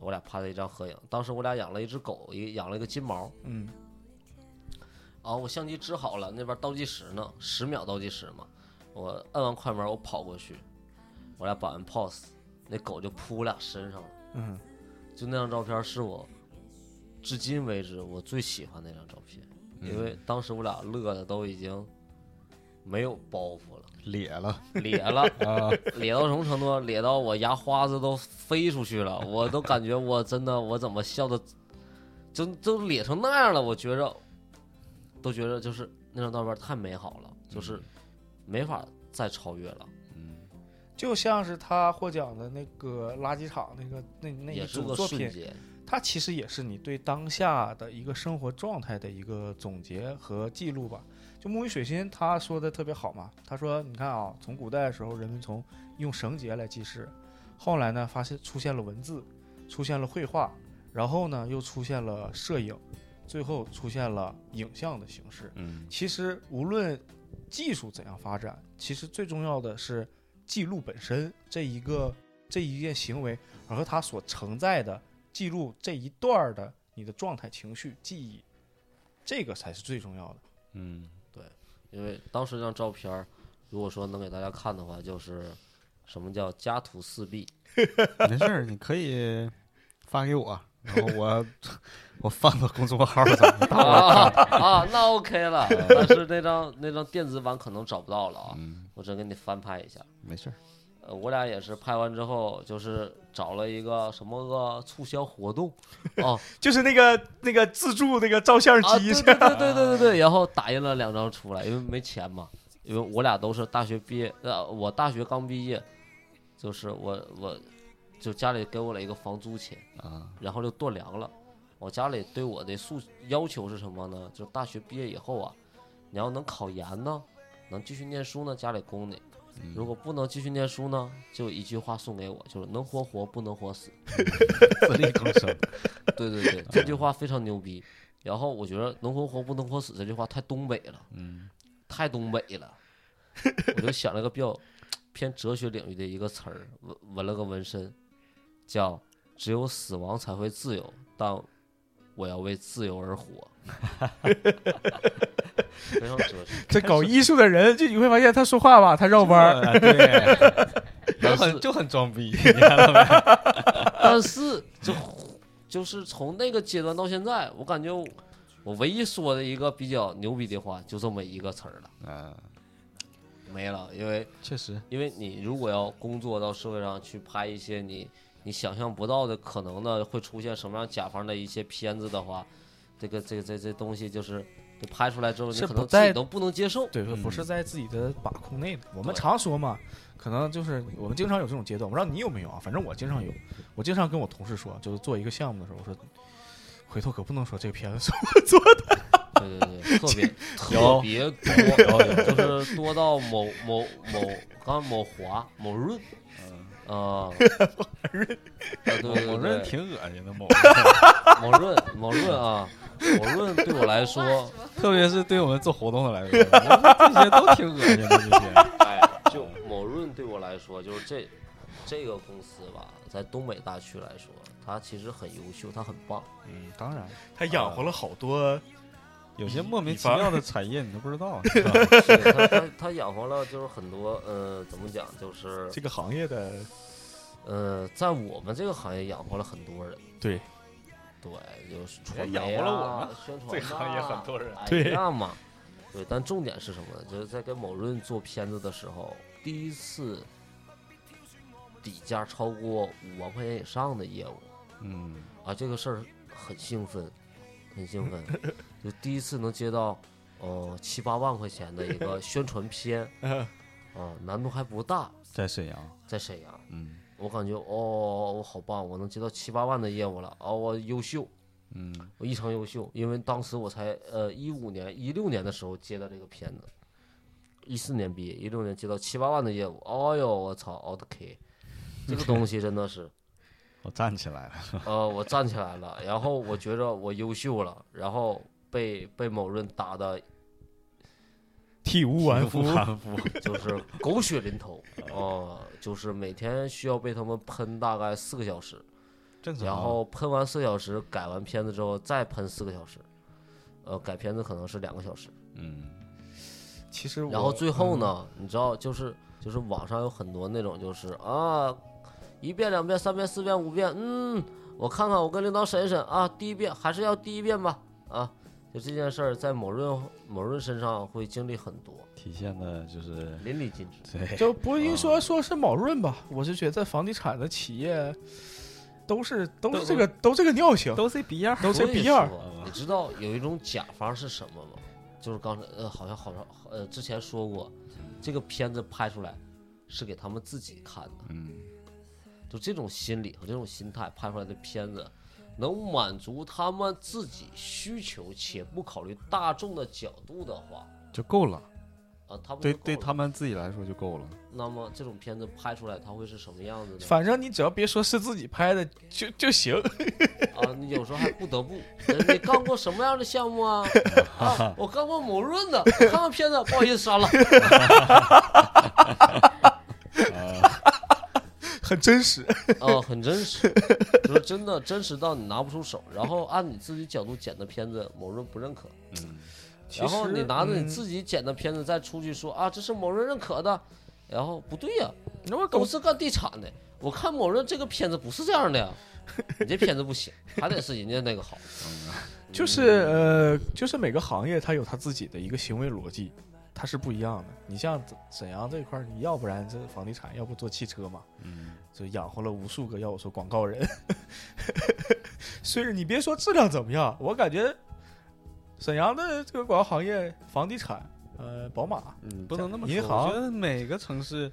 S4: 我俩拍了一张合影。当时我俩养了一只狗，也养了一个金毛。
S2: 嗯
S4: 啊，我相机支好了，那边倒计时呢，十秒倒计时嘛。我按完快门，我跑过去，我俩摆完 pose，那狗就扑我俩身上了。
S2: 嗯，
S4: 就那张照片是我至今为止我最喜欢的一张照片，因为当时我俩乐的都已经没有包袱了。
S1: 咧了，
S4: 咧了啊，咧到什么程度？咧到我牙花子都飞出去了，我都感觉我真的我怎么笑的，就都咧成那样了，我觉着，都觉着就是那张照片太美好了，就是没法再超越了，
S1: 嗯
S7: 就像是他获奖的那个垃圾场那个那那一
S4: 也是
S7: 组
S4: 个
S7: 作
S4: 瞬
S7: 品，
S4: 间，
S2: 它其实也是你对当下的一个生活状态的一个总结和记录吧。就木鱼水心他说的特别好嘛，他说你看啊，从古代的时候，人们从用绳结来记事，后来呢，发现出现了文字，出现了绘画，然后呢，又出现了摄影，最后出现了影像的形式。
S1: 嗯，
S2: 其实无论技术怎样发展，其实最重要的是记录本身这一个这一件行为，而和它所承载的记录这一段儿的你的状态、情绪、记忆，这个才是最重要的。
S1: 嗯，
S4: 因为当时那张照片儿，如果说能给大家看的话，就是什么叫家徒四壁，
S1: 没事儿，你可以发给我，然后我我放到公众号上。
S4: 啊啊，那 OK 了。但是那张那张电子版可能找不到了啊，
S1: 嗯，
S4: 我真给你翻拍一下。
S1: 没事儿，
S4: 呃，我俩也是拍完之后，就是找了一个什么个促销活动，哦
S2: 就是那个那个自助那个照相
S4: 啊，
S2: 机
S4: 对
S2: 是
S4: 对
S2: 吧，
S4: 对对对对对，然后打印了两张出来，因为没钱嘛，因为我俩都是大学毕业，呃，我大学刚毕业，就是我我就家里给我了一个房租钱。
S1: 啊，
S4: 然后就断粮了。我家里对我的诉要求是什么呢？就是大学毕业以后啊，你要能考研呢，能继续念书呢，家里供你；如果不能继续念书呢，就一句话送给我，就是能活活，不能活死。
S1: 自力更生。
S4: 对对对，这句话非常牛逼。然后我觉得“能活活不能活死”这句话太东北了，
S1: 嗯，
S4: 太东北了。我就想了个比较偏哲学领域的一个词儿，纹纹了个纹身，叫“只有死亡才会自由”，但我要为自由而活。非常哲 学，
S2: 这搞艺术的人，就你会发现他说话吧，他绕弯儿。
S1: 啊对，就是
S4: 但
S1: 很就很装逼，你看到没？
S4: 但是就就是从那个阶段到现在，我感觉我我唯一说的一个比较牛逼的话，就这么一个词儿了，
S1: 嗯，
S4: 没了，因为。
S1: 确实，
S4: 因为你如果要工作到社会上去拍一些你你想象不到的可能呢会出现什么样甲方的一些片子的话，这个这个这这东西就是就拍出来之后，你
S2: 是
S4: 可
S2: 不
S4: 能自己
S2: 在
S4: 都不能接受。
S2: 对，不是
S1: 嗯
S2: 在自己的把控内的。我们
S4: 对
S2: 常说嘛，可能就是我们经常有这种阶段，我不知道你有没有啊，反正我经常有。我经常跟我同事说，就是做一个项目的时候，我说回头可不能说这个片子是我做的，
S4: 对对对，特 别特别多，就是多到某某某，刚某华某润，
S2: 嗯
S4: 啊，啊对对
S3: 我这
S4: 对对，
S3: 挺恶心的，某，
S4: 某润某润啊，某润对我来说。
S3: 特别是对我们做活动的来说，我这些都挺恶心的。这些，
S4: 哎，就某润对我来说，就是这这个公司吧，在东北大区来说，它其实很优秀，它很棒。
S3: 嗯，当然，
S2: 他养活了好多。
S1: 有些莫名其妙的产业你都不知道，是吧
S4: 是它它它养活了就是很多呃，怎么讲，就 是
S2: 这个行业的
S4: 呃，在我们这个行业养活了很多人。
S2: 对。
S4: 对，就是传媒、啊、
S3: 也养活了我
S4: 们，宣传、啊、
S3: 这行业很多人
S4: 对呀嘛，对，但重点是什么呢？就是在跟某润做片子的时候，第一次底价超过五万块钱以上的业务，
S1: 嗯，
S4: 啊，这个事儿很兴奋，很兴奋，就第一次能接到，呃，七八万块钱的一个宣传片，啊，难度还不大，
S1: 在沈阳，
S4: 在沈阳，
S1: 嗯
S4: 我感觉哦，我好棒，我能接到七八万的业务了，哦，我优秀，
S1: 嗯
S4: 我异常优秀，因为当时我才呃一五年、一六年的时候接的这个片子，一四年毕业，一六年接到七八万的业务，哦呦，我操，OK，这个东西真的 是。
S1: 我站起来了，
S4: 呃，我站起来了，然后我觉着我优秀了，然后被被某人打的
S2: 体无完肤，
S4: 就是狗血淋头啊、就是每天需要被他们喷大概四个小时，
S1: 正
S2: 啊哦
S1: 常。
S4: 然后喷完四个小时，改完片子之后再喷四个小时，呃，改片子可能是两个小时，
S1: 嗯，
S2: 其实我嗯
S4: 然后最后呢，你知道，就是就是网上有很多那种就是啊，一遍、两遍、三遍、四遍、五遍，嗯，我看看，我跟领导审一审啊，第一遍还是要第一遍吧，啊，就这件事儿在某润某润身上会经历很多，
S1: 体现的就是
S4: 淋漓尽致。
S1: 对，
S2: 嗯就不一说说是某润吧，我是觉得房地产的企业都是都是这个都这个尿性，
S1: 都这逼样。
S2: 都这
S4: 所以
S2: 逼样儿。
S4: 说你知道有一种甲方是什么吗？就是刚才呃，好像好像呃之前说过，这个片子拍出来是给他们自己看的。
S1: 嗯，
S4: 就这种心理和这种心态拍出来的片子，能满足他们自己需求且不考虑大众的角度的话，
S1: 就够了。
S4: 啊，他们
S1: 对
S4: 就
S1: 对，
S4: 够了
S1: 他们自己来说就够了。
S4: 那么这种片子拍出来，它会是什么样子呢？
S2: 反正你只要别说是自己拍的就就行。
S4: 啊，你有时候还不得不，呃你干过什么样的项目啊？啊，我干过某润的，看完片子，不好意思删了。
S2: 很真实，
S4: 啊，很真实，就是真的真实到你拿不出手，然后按你自己角度剪的片子，某润不认可，
S1: 嗯，
S4: 然后你拿着你
S2: 己，
S4: 自己剪的片子再出去说啊，这是某润认可的，然后不对呀、
S2: 那我
S4: 都
S2: 狗
S4: 是干地产的，我看某润这个片子不是这样的呀，你这片子不行，还得是人家那个好。
S2: 就是
S4: 嗯
S2: 呃，就是每个行业它有它自己的一个行为逻辑，它是不一样的。你像沈沈阳这块儿，你要不然这房地产，要不做汽车嘛，
S1: 嗯，
S2: 就养活了无数个要我说广告人。 所以你别说质量怎么样，我感觉沈阳的这个广告行业，房地产，呃，宝马
S1: 你不能那么
S2: 银
S1: 说。
S2: 行
S1: 我觉得每个城市，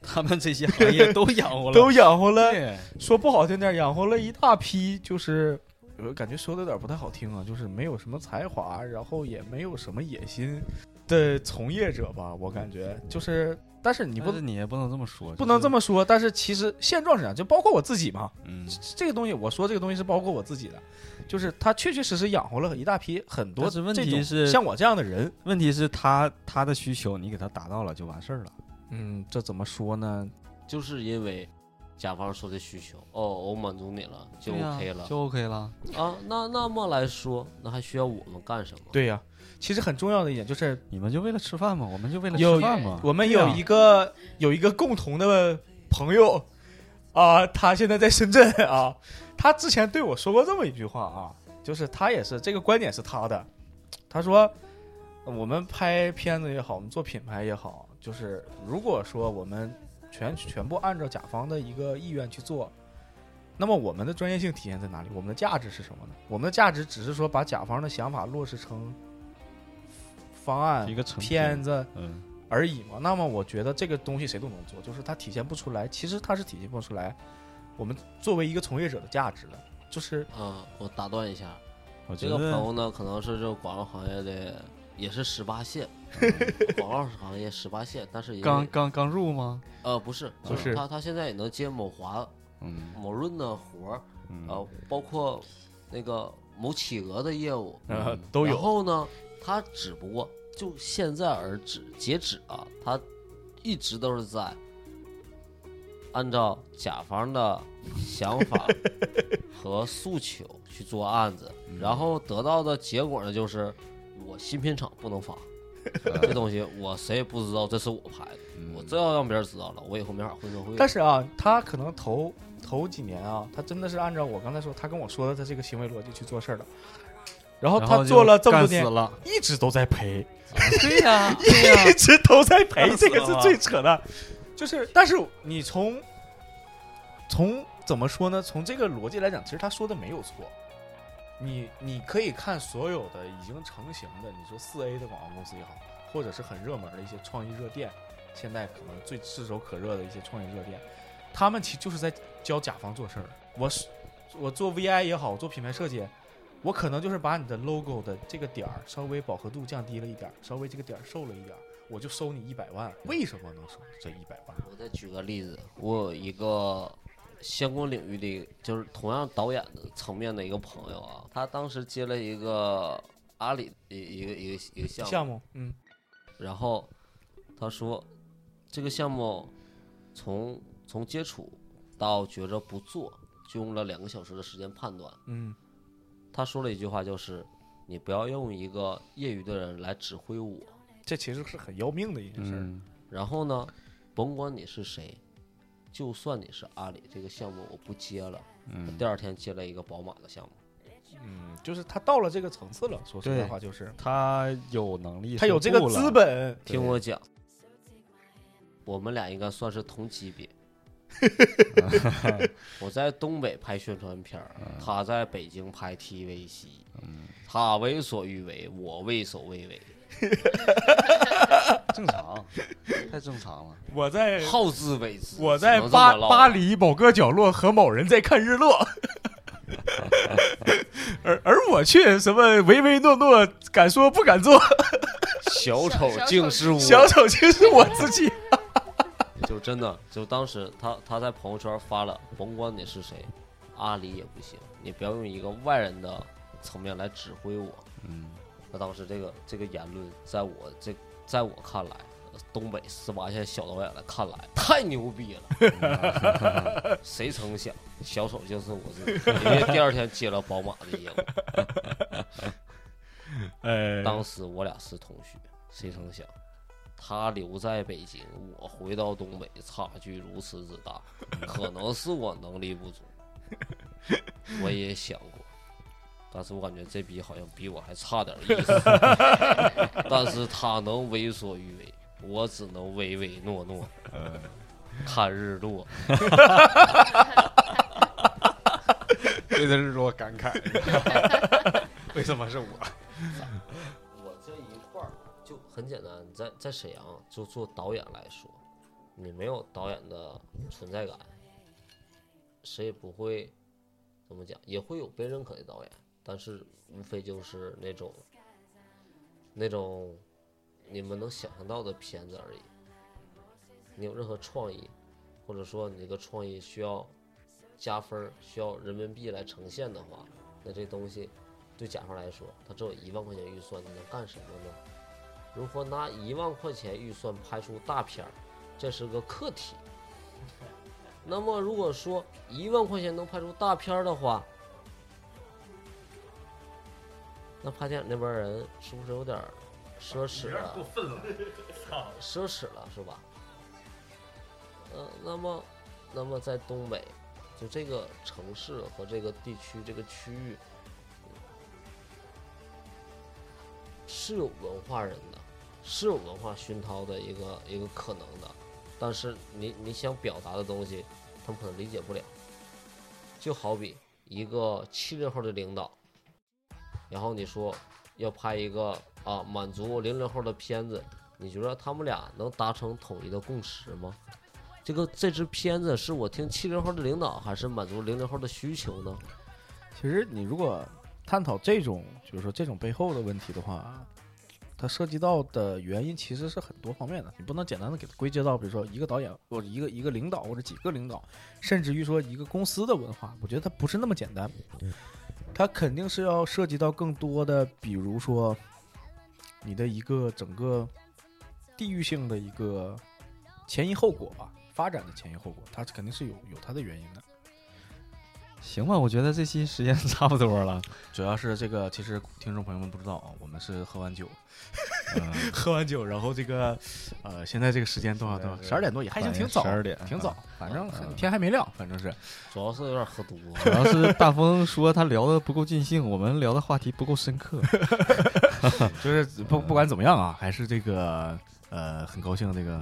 S1: 他们这些行业 都养活了，
S2: 都养活了
S1: 对，
S2: 说不好听点儿，养活了一大批，就是我呃感觉说的有点不太好听啊，就是没有什么才华，然后也没有什么野心的从业者吧，我感觉就是，但是你不
S1: 但是你也不能这么说，
S2: 不能
S1: 就是
S2: 这么说，但是其实现状是这样，就包括我自己嘛，
S1: 嗯，
S2: 这个东西我说这个东西是包括我自己的，就是他确确实实养活了一大批很多
S1: 但是问题
S2: 这种
S1: 是
S2: 像我这样的人，
S1: 问题是他他的需求你给他达到了就完事儿了。
S2: 嗯，这怎么说呢？
S4: 就是因为甲方说的需求，哦，我满足你了，就
S1: 对呀
S4: OK 了
S1: 就 OK 了。
S4: 啊。那那么来说，那还需要我们干什么？
S2: 对呀、其实很重要的一点就是
S1: 你们就为了吃饭吗？我们就为了
S2: 有
S1: 吃饭吗？
S2: 我们有一个、有一个共同的朋友啊，他现在在深圳啊，他之前对我说过这么一句话啊，就是他也是这个观点是他的，他说我们拍片子也好，我们做品牌也好，就是如果说我们全全部按照甲方的一个意愿去做。那么我们的专业性体现在哪里？我们的价值是什么呢？我们的价值只是说把甲方的想法落实成方案
S1: 一、个成
S2: 片子、
S1: 嗯，
S2: 而已嘛。那么我觉得这个东西谁都能做，就是它体现不出来，其实它是体现不出来我们作为一个从业者的价值的。就是
S4: 啊，我打断一下，
S1: 我觉
S4: 这个朋
S1: 得
S4: 友呢，可能是这个广告行业的也是十八线，嗯广告行业十八线，但是也
S1: 刚刚刚入吗？
S4: 呃不是
S2: 不是
S4: 他他现在也能接某华、
S1: 嗯
S4: 某润的活儿，
S1: 嗯
S4: 呃，包括那个某企鹅的业务，
S2: 呃
S1: 嗯
S2: 都
S4: 然
S2: 有，
S4: 后呢，他只不过就现在而止截止啊，他一直都是在按照甲方的想 法和诉求去做案子，
S2: 嗯
S4: 然后得到的结果呢，就是我新片场不 能发。这东西我谁也不知道，这是我拍的。
S2: 嗯
S4: 我这要让别人知道了，我以后没法混社会了。
S2: 但是啊，他可能头头几年啊，他真的是按照我刚才说，他跟我说的他这个行为逻辑去做事儿的。然后
S1: 然
S2: 他
S1: 后就
S2: 做了这么
S1: 干
S2: 多
S1: 死
S2: 年，
S1: 了，
S2: 一直都在赔，
S4: 对呀、对 呀、
S2: 一直都在赔，
S4: 干死
S2: 这
S4: 了
S2: 个是最扯的。就是，但是你从从怎么说呢？从这个逻辑来讲，其实他说的没有错。你你可以看所有的已经成型的，你说四 A 的广告公司也好，或者是很热门的一些创意热店，现在可能最炙手可热的一些创意热店，他们其实就是在教甲方做事儿。我是我做 VI 也好，我做品牌设计，我可能就是把你的 logo 的这个点儿稍微饱和度降低了一点儿，稍微这个点儿瘦了一点儿，我就收你一百万。为什么能收这一百万？
S4: 我再举个例子，我有一个相关领域的，就是同样导演的层面的一个朋友啊，他当时接了一个阿里的一个一个一个项目，
S2: 项目，嗯，
S4: 然后他说这个项目从从接触到觉着不做，就用了两个小时的时间判断。
S2: 嗯，
S4: 他说了一句话，就是你不要用一个业余的人来指挥我，
S2: 这其实是很要命的一件事儿。
S1: 嗯，
S4: 然后呢，甭管你是谁，就算你是阿里这个项目，我不接了。嗯，第二天接了一个宝马的项目，
S2: 嗯，就是他到了这个层次了。说实在
S1: 对
S2: 话，就是
S1: 他有能力，
S2: 他有这个资，本。
S4: 听我讲，我们俩应该算是同级别。我在东北拍宣传片儿，他在北京拍 TVC，他为所欲为，我畏首畏尾，
S1: 正常， 太正常 了。
S2: 我在
S4: 好自为之。
S2: 哎我在
S4: 只能这么啊
S8: 巴
S4: 唠
S8: 巴，黎某个角落和某人在看日落，
S2: 小雀什么唯唯诺诺，敢说不敢做，
S4: 小
S9: 丑
S4: 丑
S9: 竟
S4: 竟
S9: 是
S4: 是
S9: 我
S4: 我，
S2: 小丑就是我自己。
S4: 就真的就当时他他在朋友圈发了，甭管你是谁，阿里也不行，你不要用一个外人的层面来指挥我。
S1: 嗯，
S4: 那当时这个这个言论，在我这在我看来，呃东北四八线小导演来看来太牛逼了，谁曾想小丑就是我自己，人家第二天接了宝马的业务，
S2: 呃，
S4: 当时我俩是同学，谁曾想，他留在北京，我回到东北，差距如此之大，可能是我能力不足。我也想过，但是我感觉这逼好像比我还差点意思。 但是他能为所欲为，我只能唯唯诺诺，看日落。
S3: 对着日落感慨， 为什么是我？
S4: 我这一块儿就很简单，在在沈阳就做导演来说，你没有导演的存在感，谁也不会怎么讲，也会有被认可的导演，但是无非就是那种那种你们能想象到的片子而已。你有任何创意，或者说你这个创意需要加分儿，需要人民币来呈现的话，那这东西对甲方来说，他只有一万块钱预算，你能干什么呢？如何拿一万块钱预算拍出大片儿，这是个课 题。那么如果说一万块钱能拍出大片儿的话，那拍电影那帮人是不是有点儿奢侈了？过分 了，奢侈了是吧？呃，那么，那么在东北，就这个城市和这个地区这个区域，是有文化人的，是有文化熏陶的一个一个可能的，但是你你想表达的东西，他们可能理解不了。就好比一个七零后的领导，然后你说要拍一个啊满足零零后的片子，你觉得他们俩能达成统一的共识吗？这个这支片子是我听七零后的领导，还是满足零零后的需求呢？
S7: 其实你如果探讨这种，就是说这种背后的问题的话，它涉及到的原因其实是很多方面的，你不能简单的给它归结到，比如说一个导演或者一个一个领导或者几个领导，甚至于说一个公司的文化，我觉得它不是那么简单，它肯定是要涉及到更多的，比如说你的一个整个地域性的一个前因后果吧，发展的前因后果，它肯定是有有它的原因的。
S1: 行吧，我觉得这期时间差不多了。
S2: 主要是这个，其实听众朋友们不知道啊，我们是喝完酒，嗯喝完酒，然后这个，呃，现在这个时间多少多少？十二点多也还行，挺早
S1: 十，二点，
S2: 挺早，反正很天还没亮，反正是。
S4: 主要是有点喝多了。
S1: 主要是大风说他聊的不够尽兴，我们聊的话题不够深刻。
S2: 就是不不管怎么样啊，还是这个呃，很高兴这个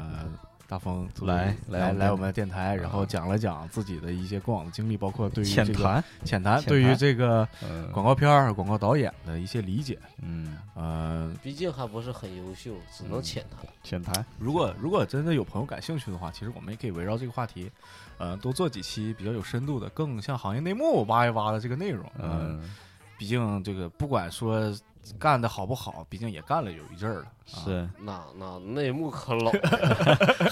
S2: 大风作为
S1: 来
S2: 来
S1: 来
S2: 来我们电台，然后讲了讲自己的一些过往的经历，包括对于这
S1: 浅
S2: 个
S1: 谈，
S2: 浅谈
S1: 浅
S2: 对于
S1: 谈
S2: 这个
S1: 嗯
S2: 广告片儿、广告导演的一些理解。
S1: 嗯，
S2: 呃，
S4: 毕竟还不是很优秀，只能浅谈。
S1: 浅谈，
S2: 如果如果真的有朋友感兴趣的话，其实我们也可以围绕这个话题，呃，多做几期比较有深度的，更像行业内幕挖一挖的这个内容。呃，
S1: 嗯，
S2: 毕竟这个不管说干的好不好，毕竟也干了有一阵儿了。啊
S1: 是
S4: 那那内幕可老，哦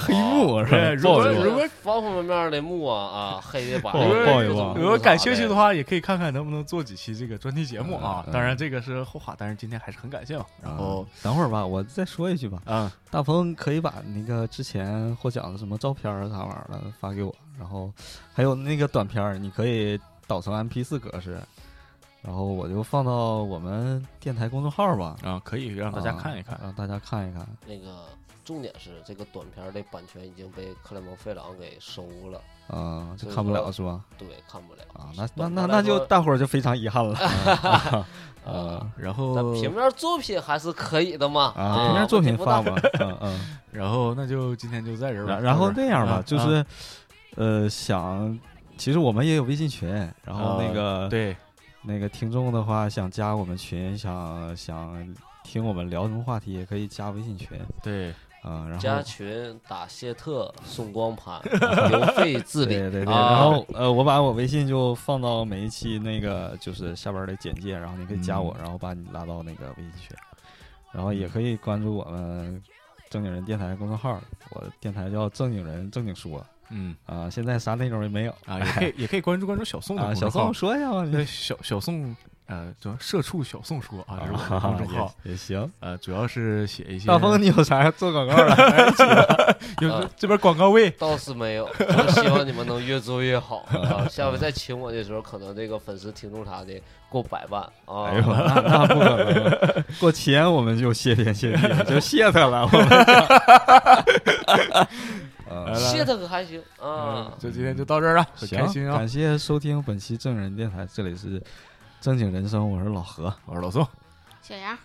S1: 黑幕是
S2: 哎
S1: 吧？
S2: 如
S1: 暴哦
S2: 果
S1: 露
S2: 如果
S4: 方方面面的幕啊啊，黑的白
S1: 报
S4: 的，
S1: 报一
S4: 各
S1: 报
S4: 种
S2: 如果感兴趣的
S4: 的，
S2: 话，也可以看看能不能做几期这个专题节目啊。
S1: 嗯嗯
S2: 当然，这个是后话，但是今天还是很感谢嘛。啊然
S1: 嗯
S2: 后，
S1: 等会儿吧，我再说一句吧。
S2: 嗯，
S1: 大鹏可以把那个之前获奖的什么照片儿啥玩意儿的发给我，然后还有那个短片儿，你可以导成 MP 四格式，然后我就放到我们电台公众号吧，
S2: 啊，可以让大家看一看
S1: 啊。让大家看一看。
S4: 那个重点是这个短片的版权已经被克莱蒙费朗给收了，
S1: 啊，这
S4: 所以
S1: 看不
S4: 说
S1: 了是吧？
S4: 对，看不了
S1: 啊，那那
S4: 短
S1: 那
S4: 片来
S1: 那就
S4: 说
S1: 大伙儿就非常遗 憾了。
S4: 啊。
S1: 啊
S2: 然
S4: 咱
S2: 后，
S4: 平面作品还是可以的嘛，
S1: 啊，平面作品发吧，嗯嗯。
S2: 然后那就今天就在这儿吧。
S1: 然然后那样吧，
S2: 嗯
S1: 就
S2: 啊
S1: 是，呃，想，其实我们也有微信群，然后那个
S2: 啊对，
S1: 那个听众的话，想加我们群，想想听我们聊什么话题，也可以加微信群。
S2: 对，
S1: 啊， 然
S4: 加
S1: 后
S4: 群打谢特送光 盘，邮费自理。
S1: 对对对，
S4: 啊、
S1: 然后呃，我把我微信就放到每一期那个就是下边的简介，然后你可以加我，
S2: 嗯
S1: 然后把你拉到那个微信群，然后也可以关注我们正经人电台公众号，我的电台叫正经人正经说
S2: 嗯
S1: 啊、现在啥内容也没有
S2: 啊，也 可以也可以关注关注小宋的
S1: 啊，
S2: 公
S1: 小
S2: 众
S1: 宋
S2: 号，
S1: 说一下吧， 你
S2: 对小小宋呃，叫社畜小宋说啊，这是我的公
S1: 啊
S2: 众号，
S1: 也也行。
S2: 呃，主要是写一些
S1: 大风，你有啥做广告 的？
S2: 有这边广告位，
S4: 倒是没有，我希望你们能越做越好啊！下回再请我的时候，可能这个粉丝听众啥的过百万啊！
S1: 哎呦，那那不可能！过千我们就谢天谢地，就谢他了。我们 就啊
S4: 谢他可还行啊
S2: 嗯，！就今天就到这儿了，很
S1: 行，
S2: 开心啊！
S1: 感谢收听本期正人电台，这里是正经人生，我是老何
S2: 我是老宋，
S9: 小杨，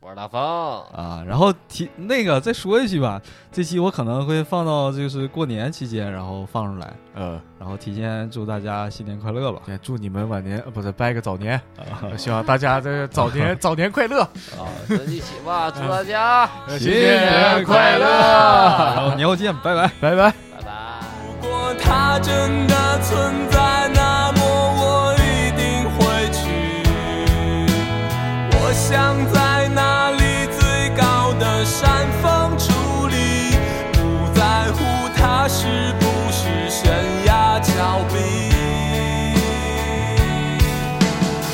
S4: 我是大方，
S1: 啊。然后提那个再说一句吧，这期我可能会放到就是过年期间，然后放出来，
S2: 呃，
S1: 然后提前祝大家新年快乐吧。
S2: 也祝你们晚年呃不是拜个早年，
S1: 啊
S2: 呃希望大家这 早年早年快乐，
S4: 啊，咱一起吧，祝大家
S2: 呃
S1: 新年快然后年后见，拜拜。
S2: 拜拜。
S4: 拜拜。
S10: 如果它真的存在，那么我一定会去。我想在那里最高的山峰矗立，不在乎它是不是悬崖峭壁。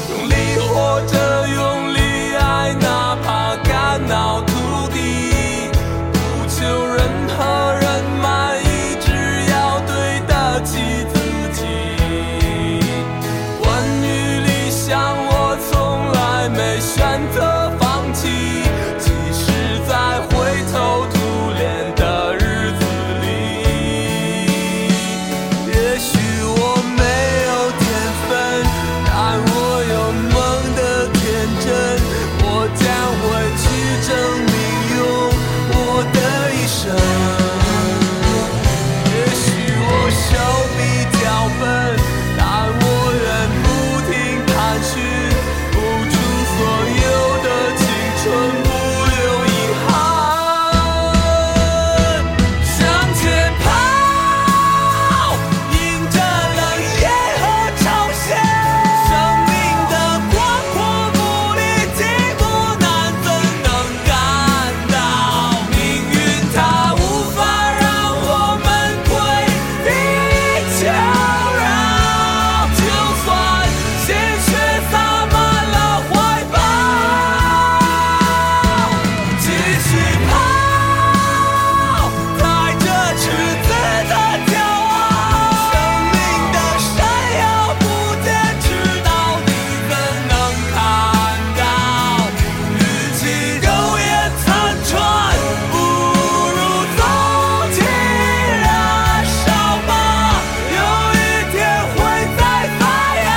S10: 用力活着，用力爱，哪怕肝脑涂地。不求任何人满意，只要对得起自己。关于理想，我从来没选择放弃，即使在灰头土脸的日子里。也许我没有天分，但我有梦的天真，我将会去证明用我的一生。也许我手比较笨，但我愿不停探寻，付出所有的青春，不留遗憾。向前跑，迎着冷夜和嘲笑，生命的广阔不力，寂寞难怎能感到？命运它无法让我们跪地求饶，就算鲜血洒满了怀抱，继续跑，踩着赤子的骄傲，生命的闪耀不坚持到底，怎能看到？与其苟延残喘，不如纵情燃烧吧，有一天会再发芽。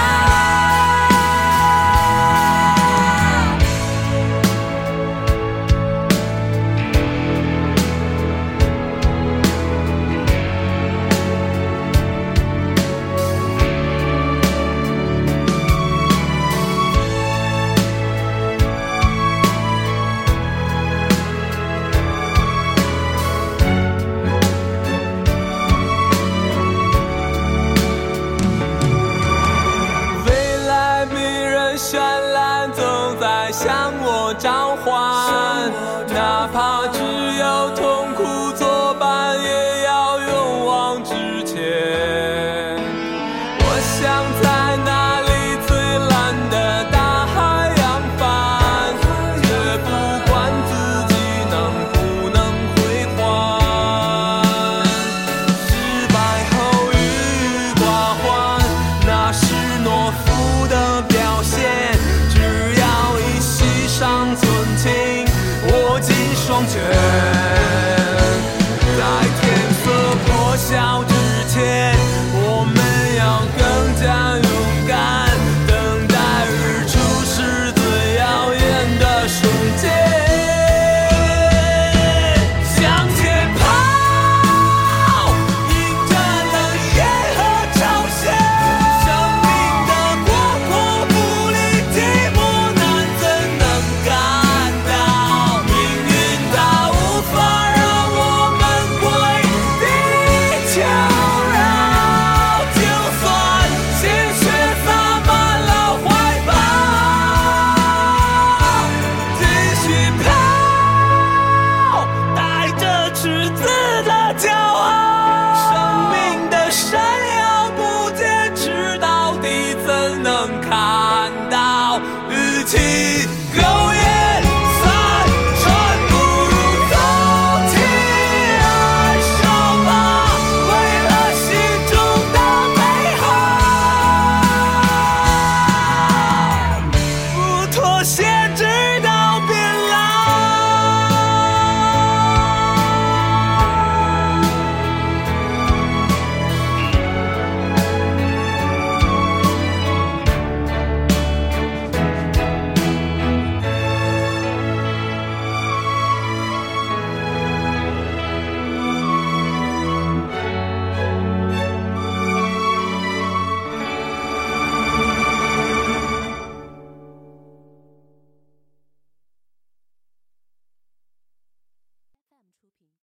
S10: 未来迷人绚烂，总在向我召唤。哪怕只有痛苦作伴，也要勇往直前。我想在那里最蓝的大海扬帆，也不管自己能不能归还。失败后郁郁寡欢，那是懦夫的表现。只要一息尚存情，我将些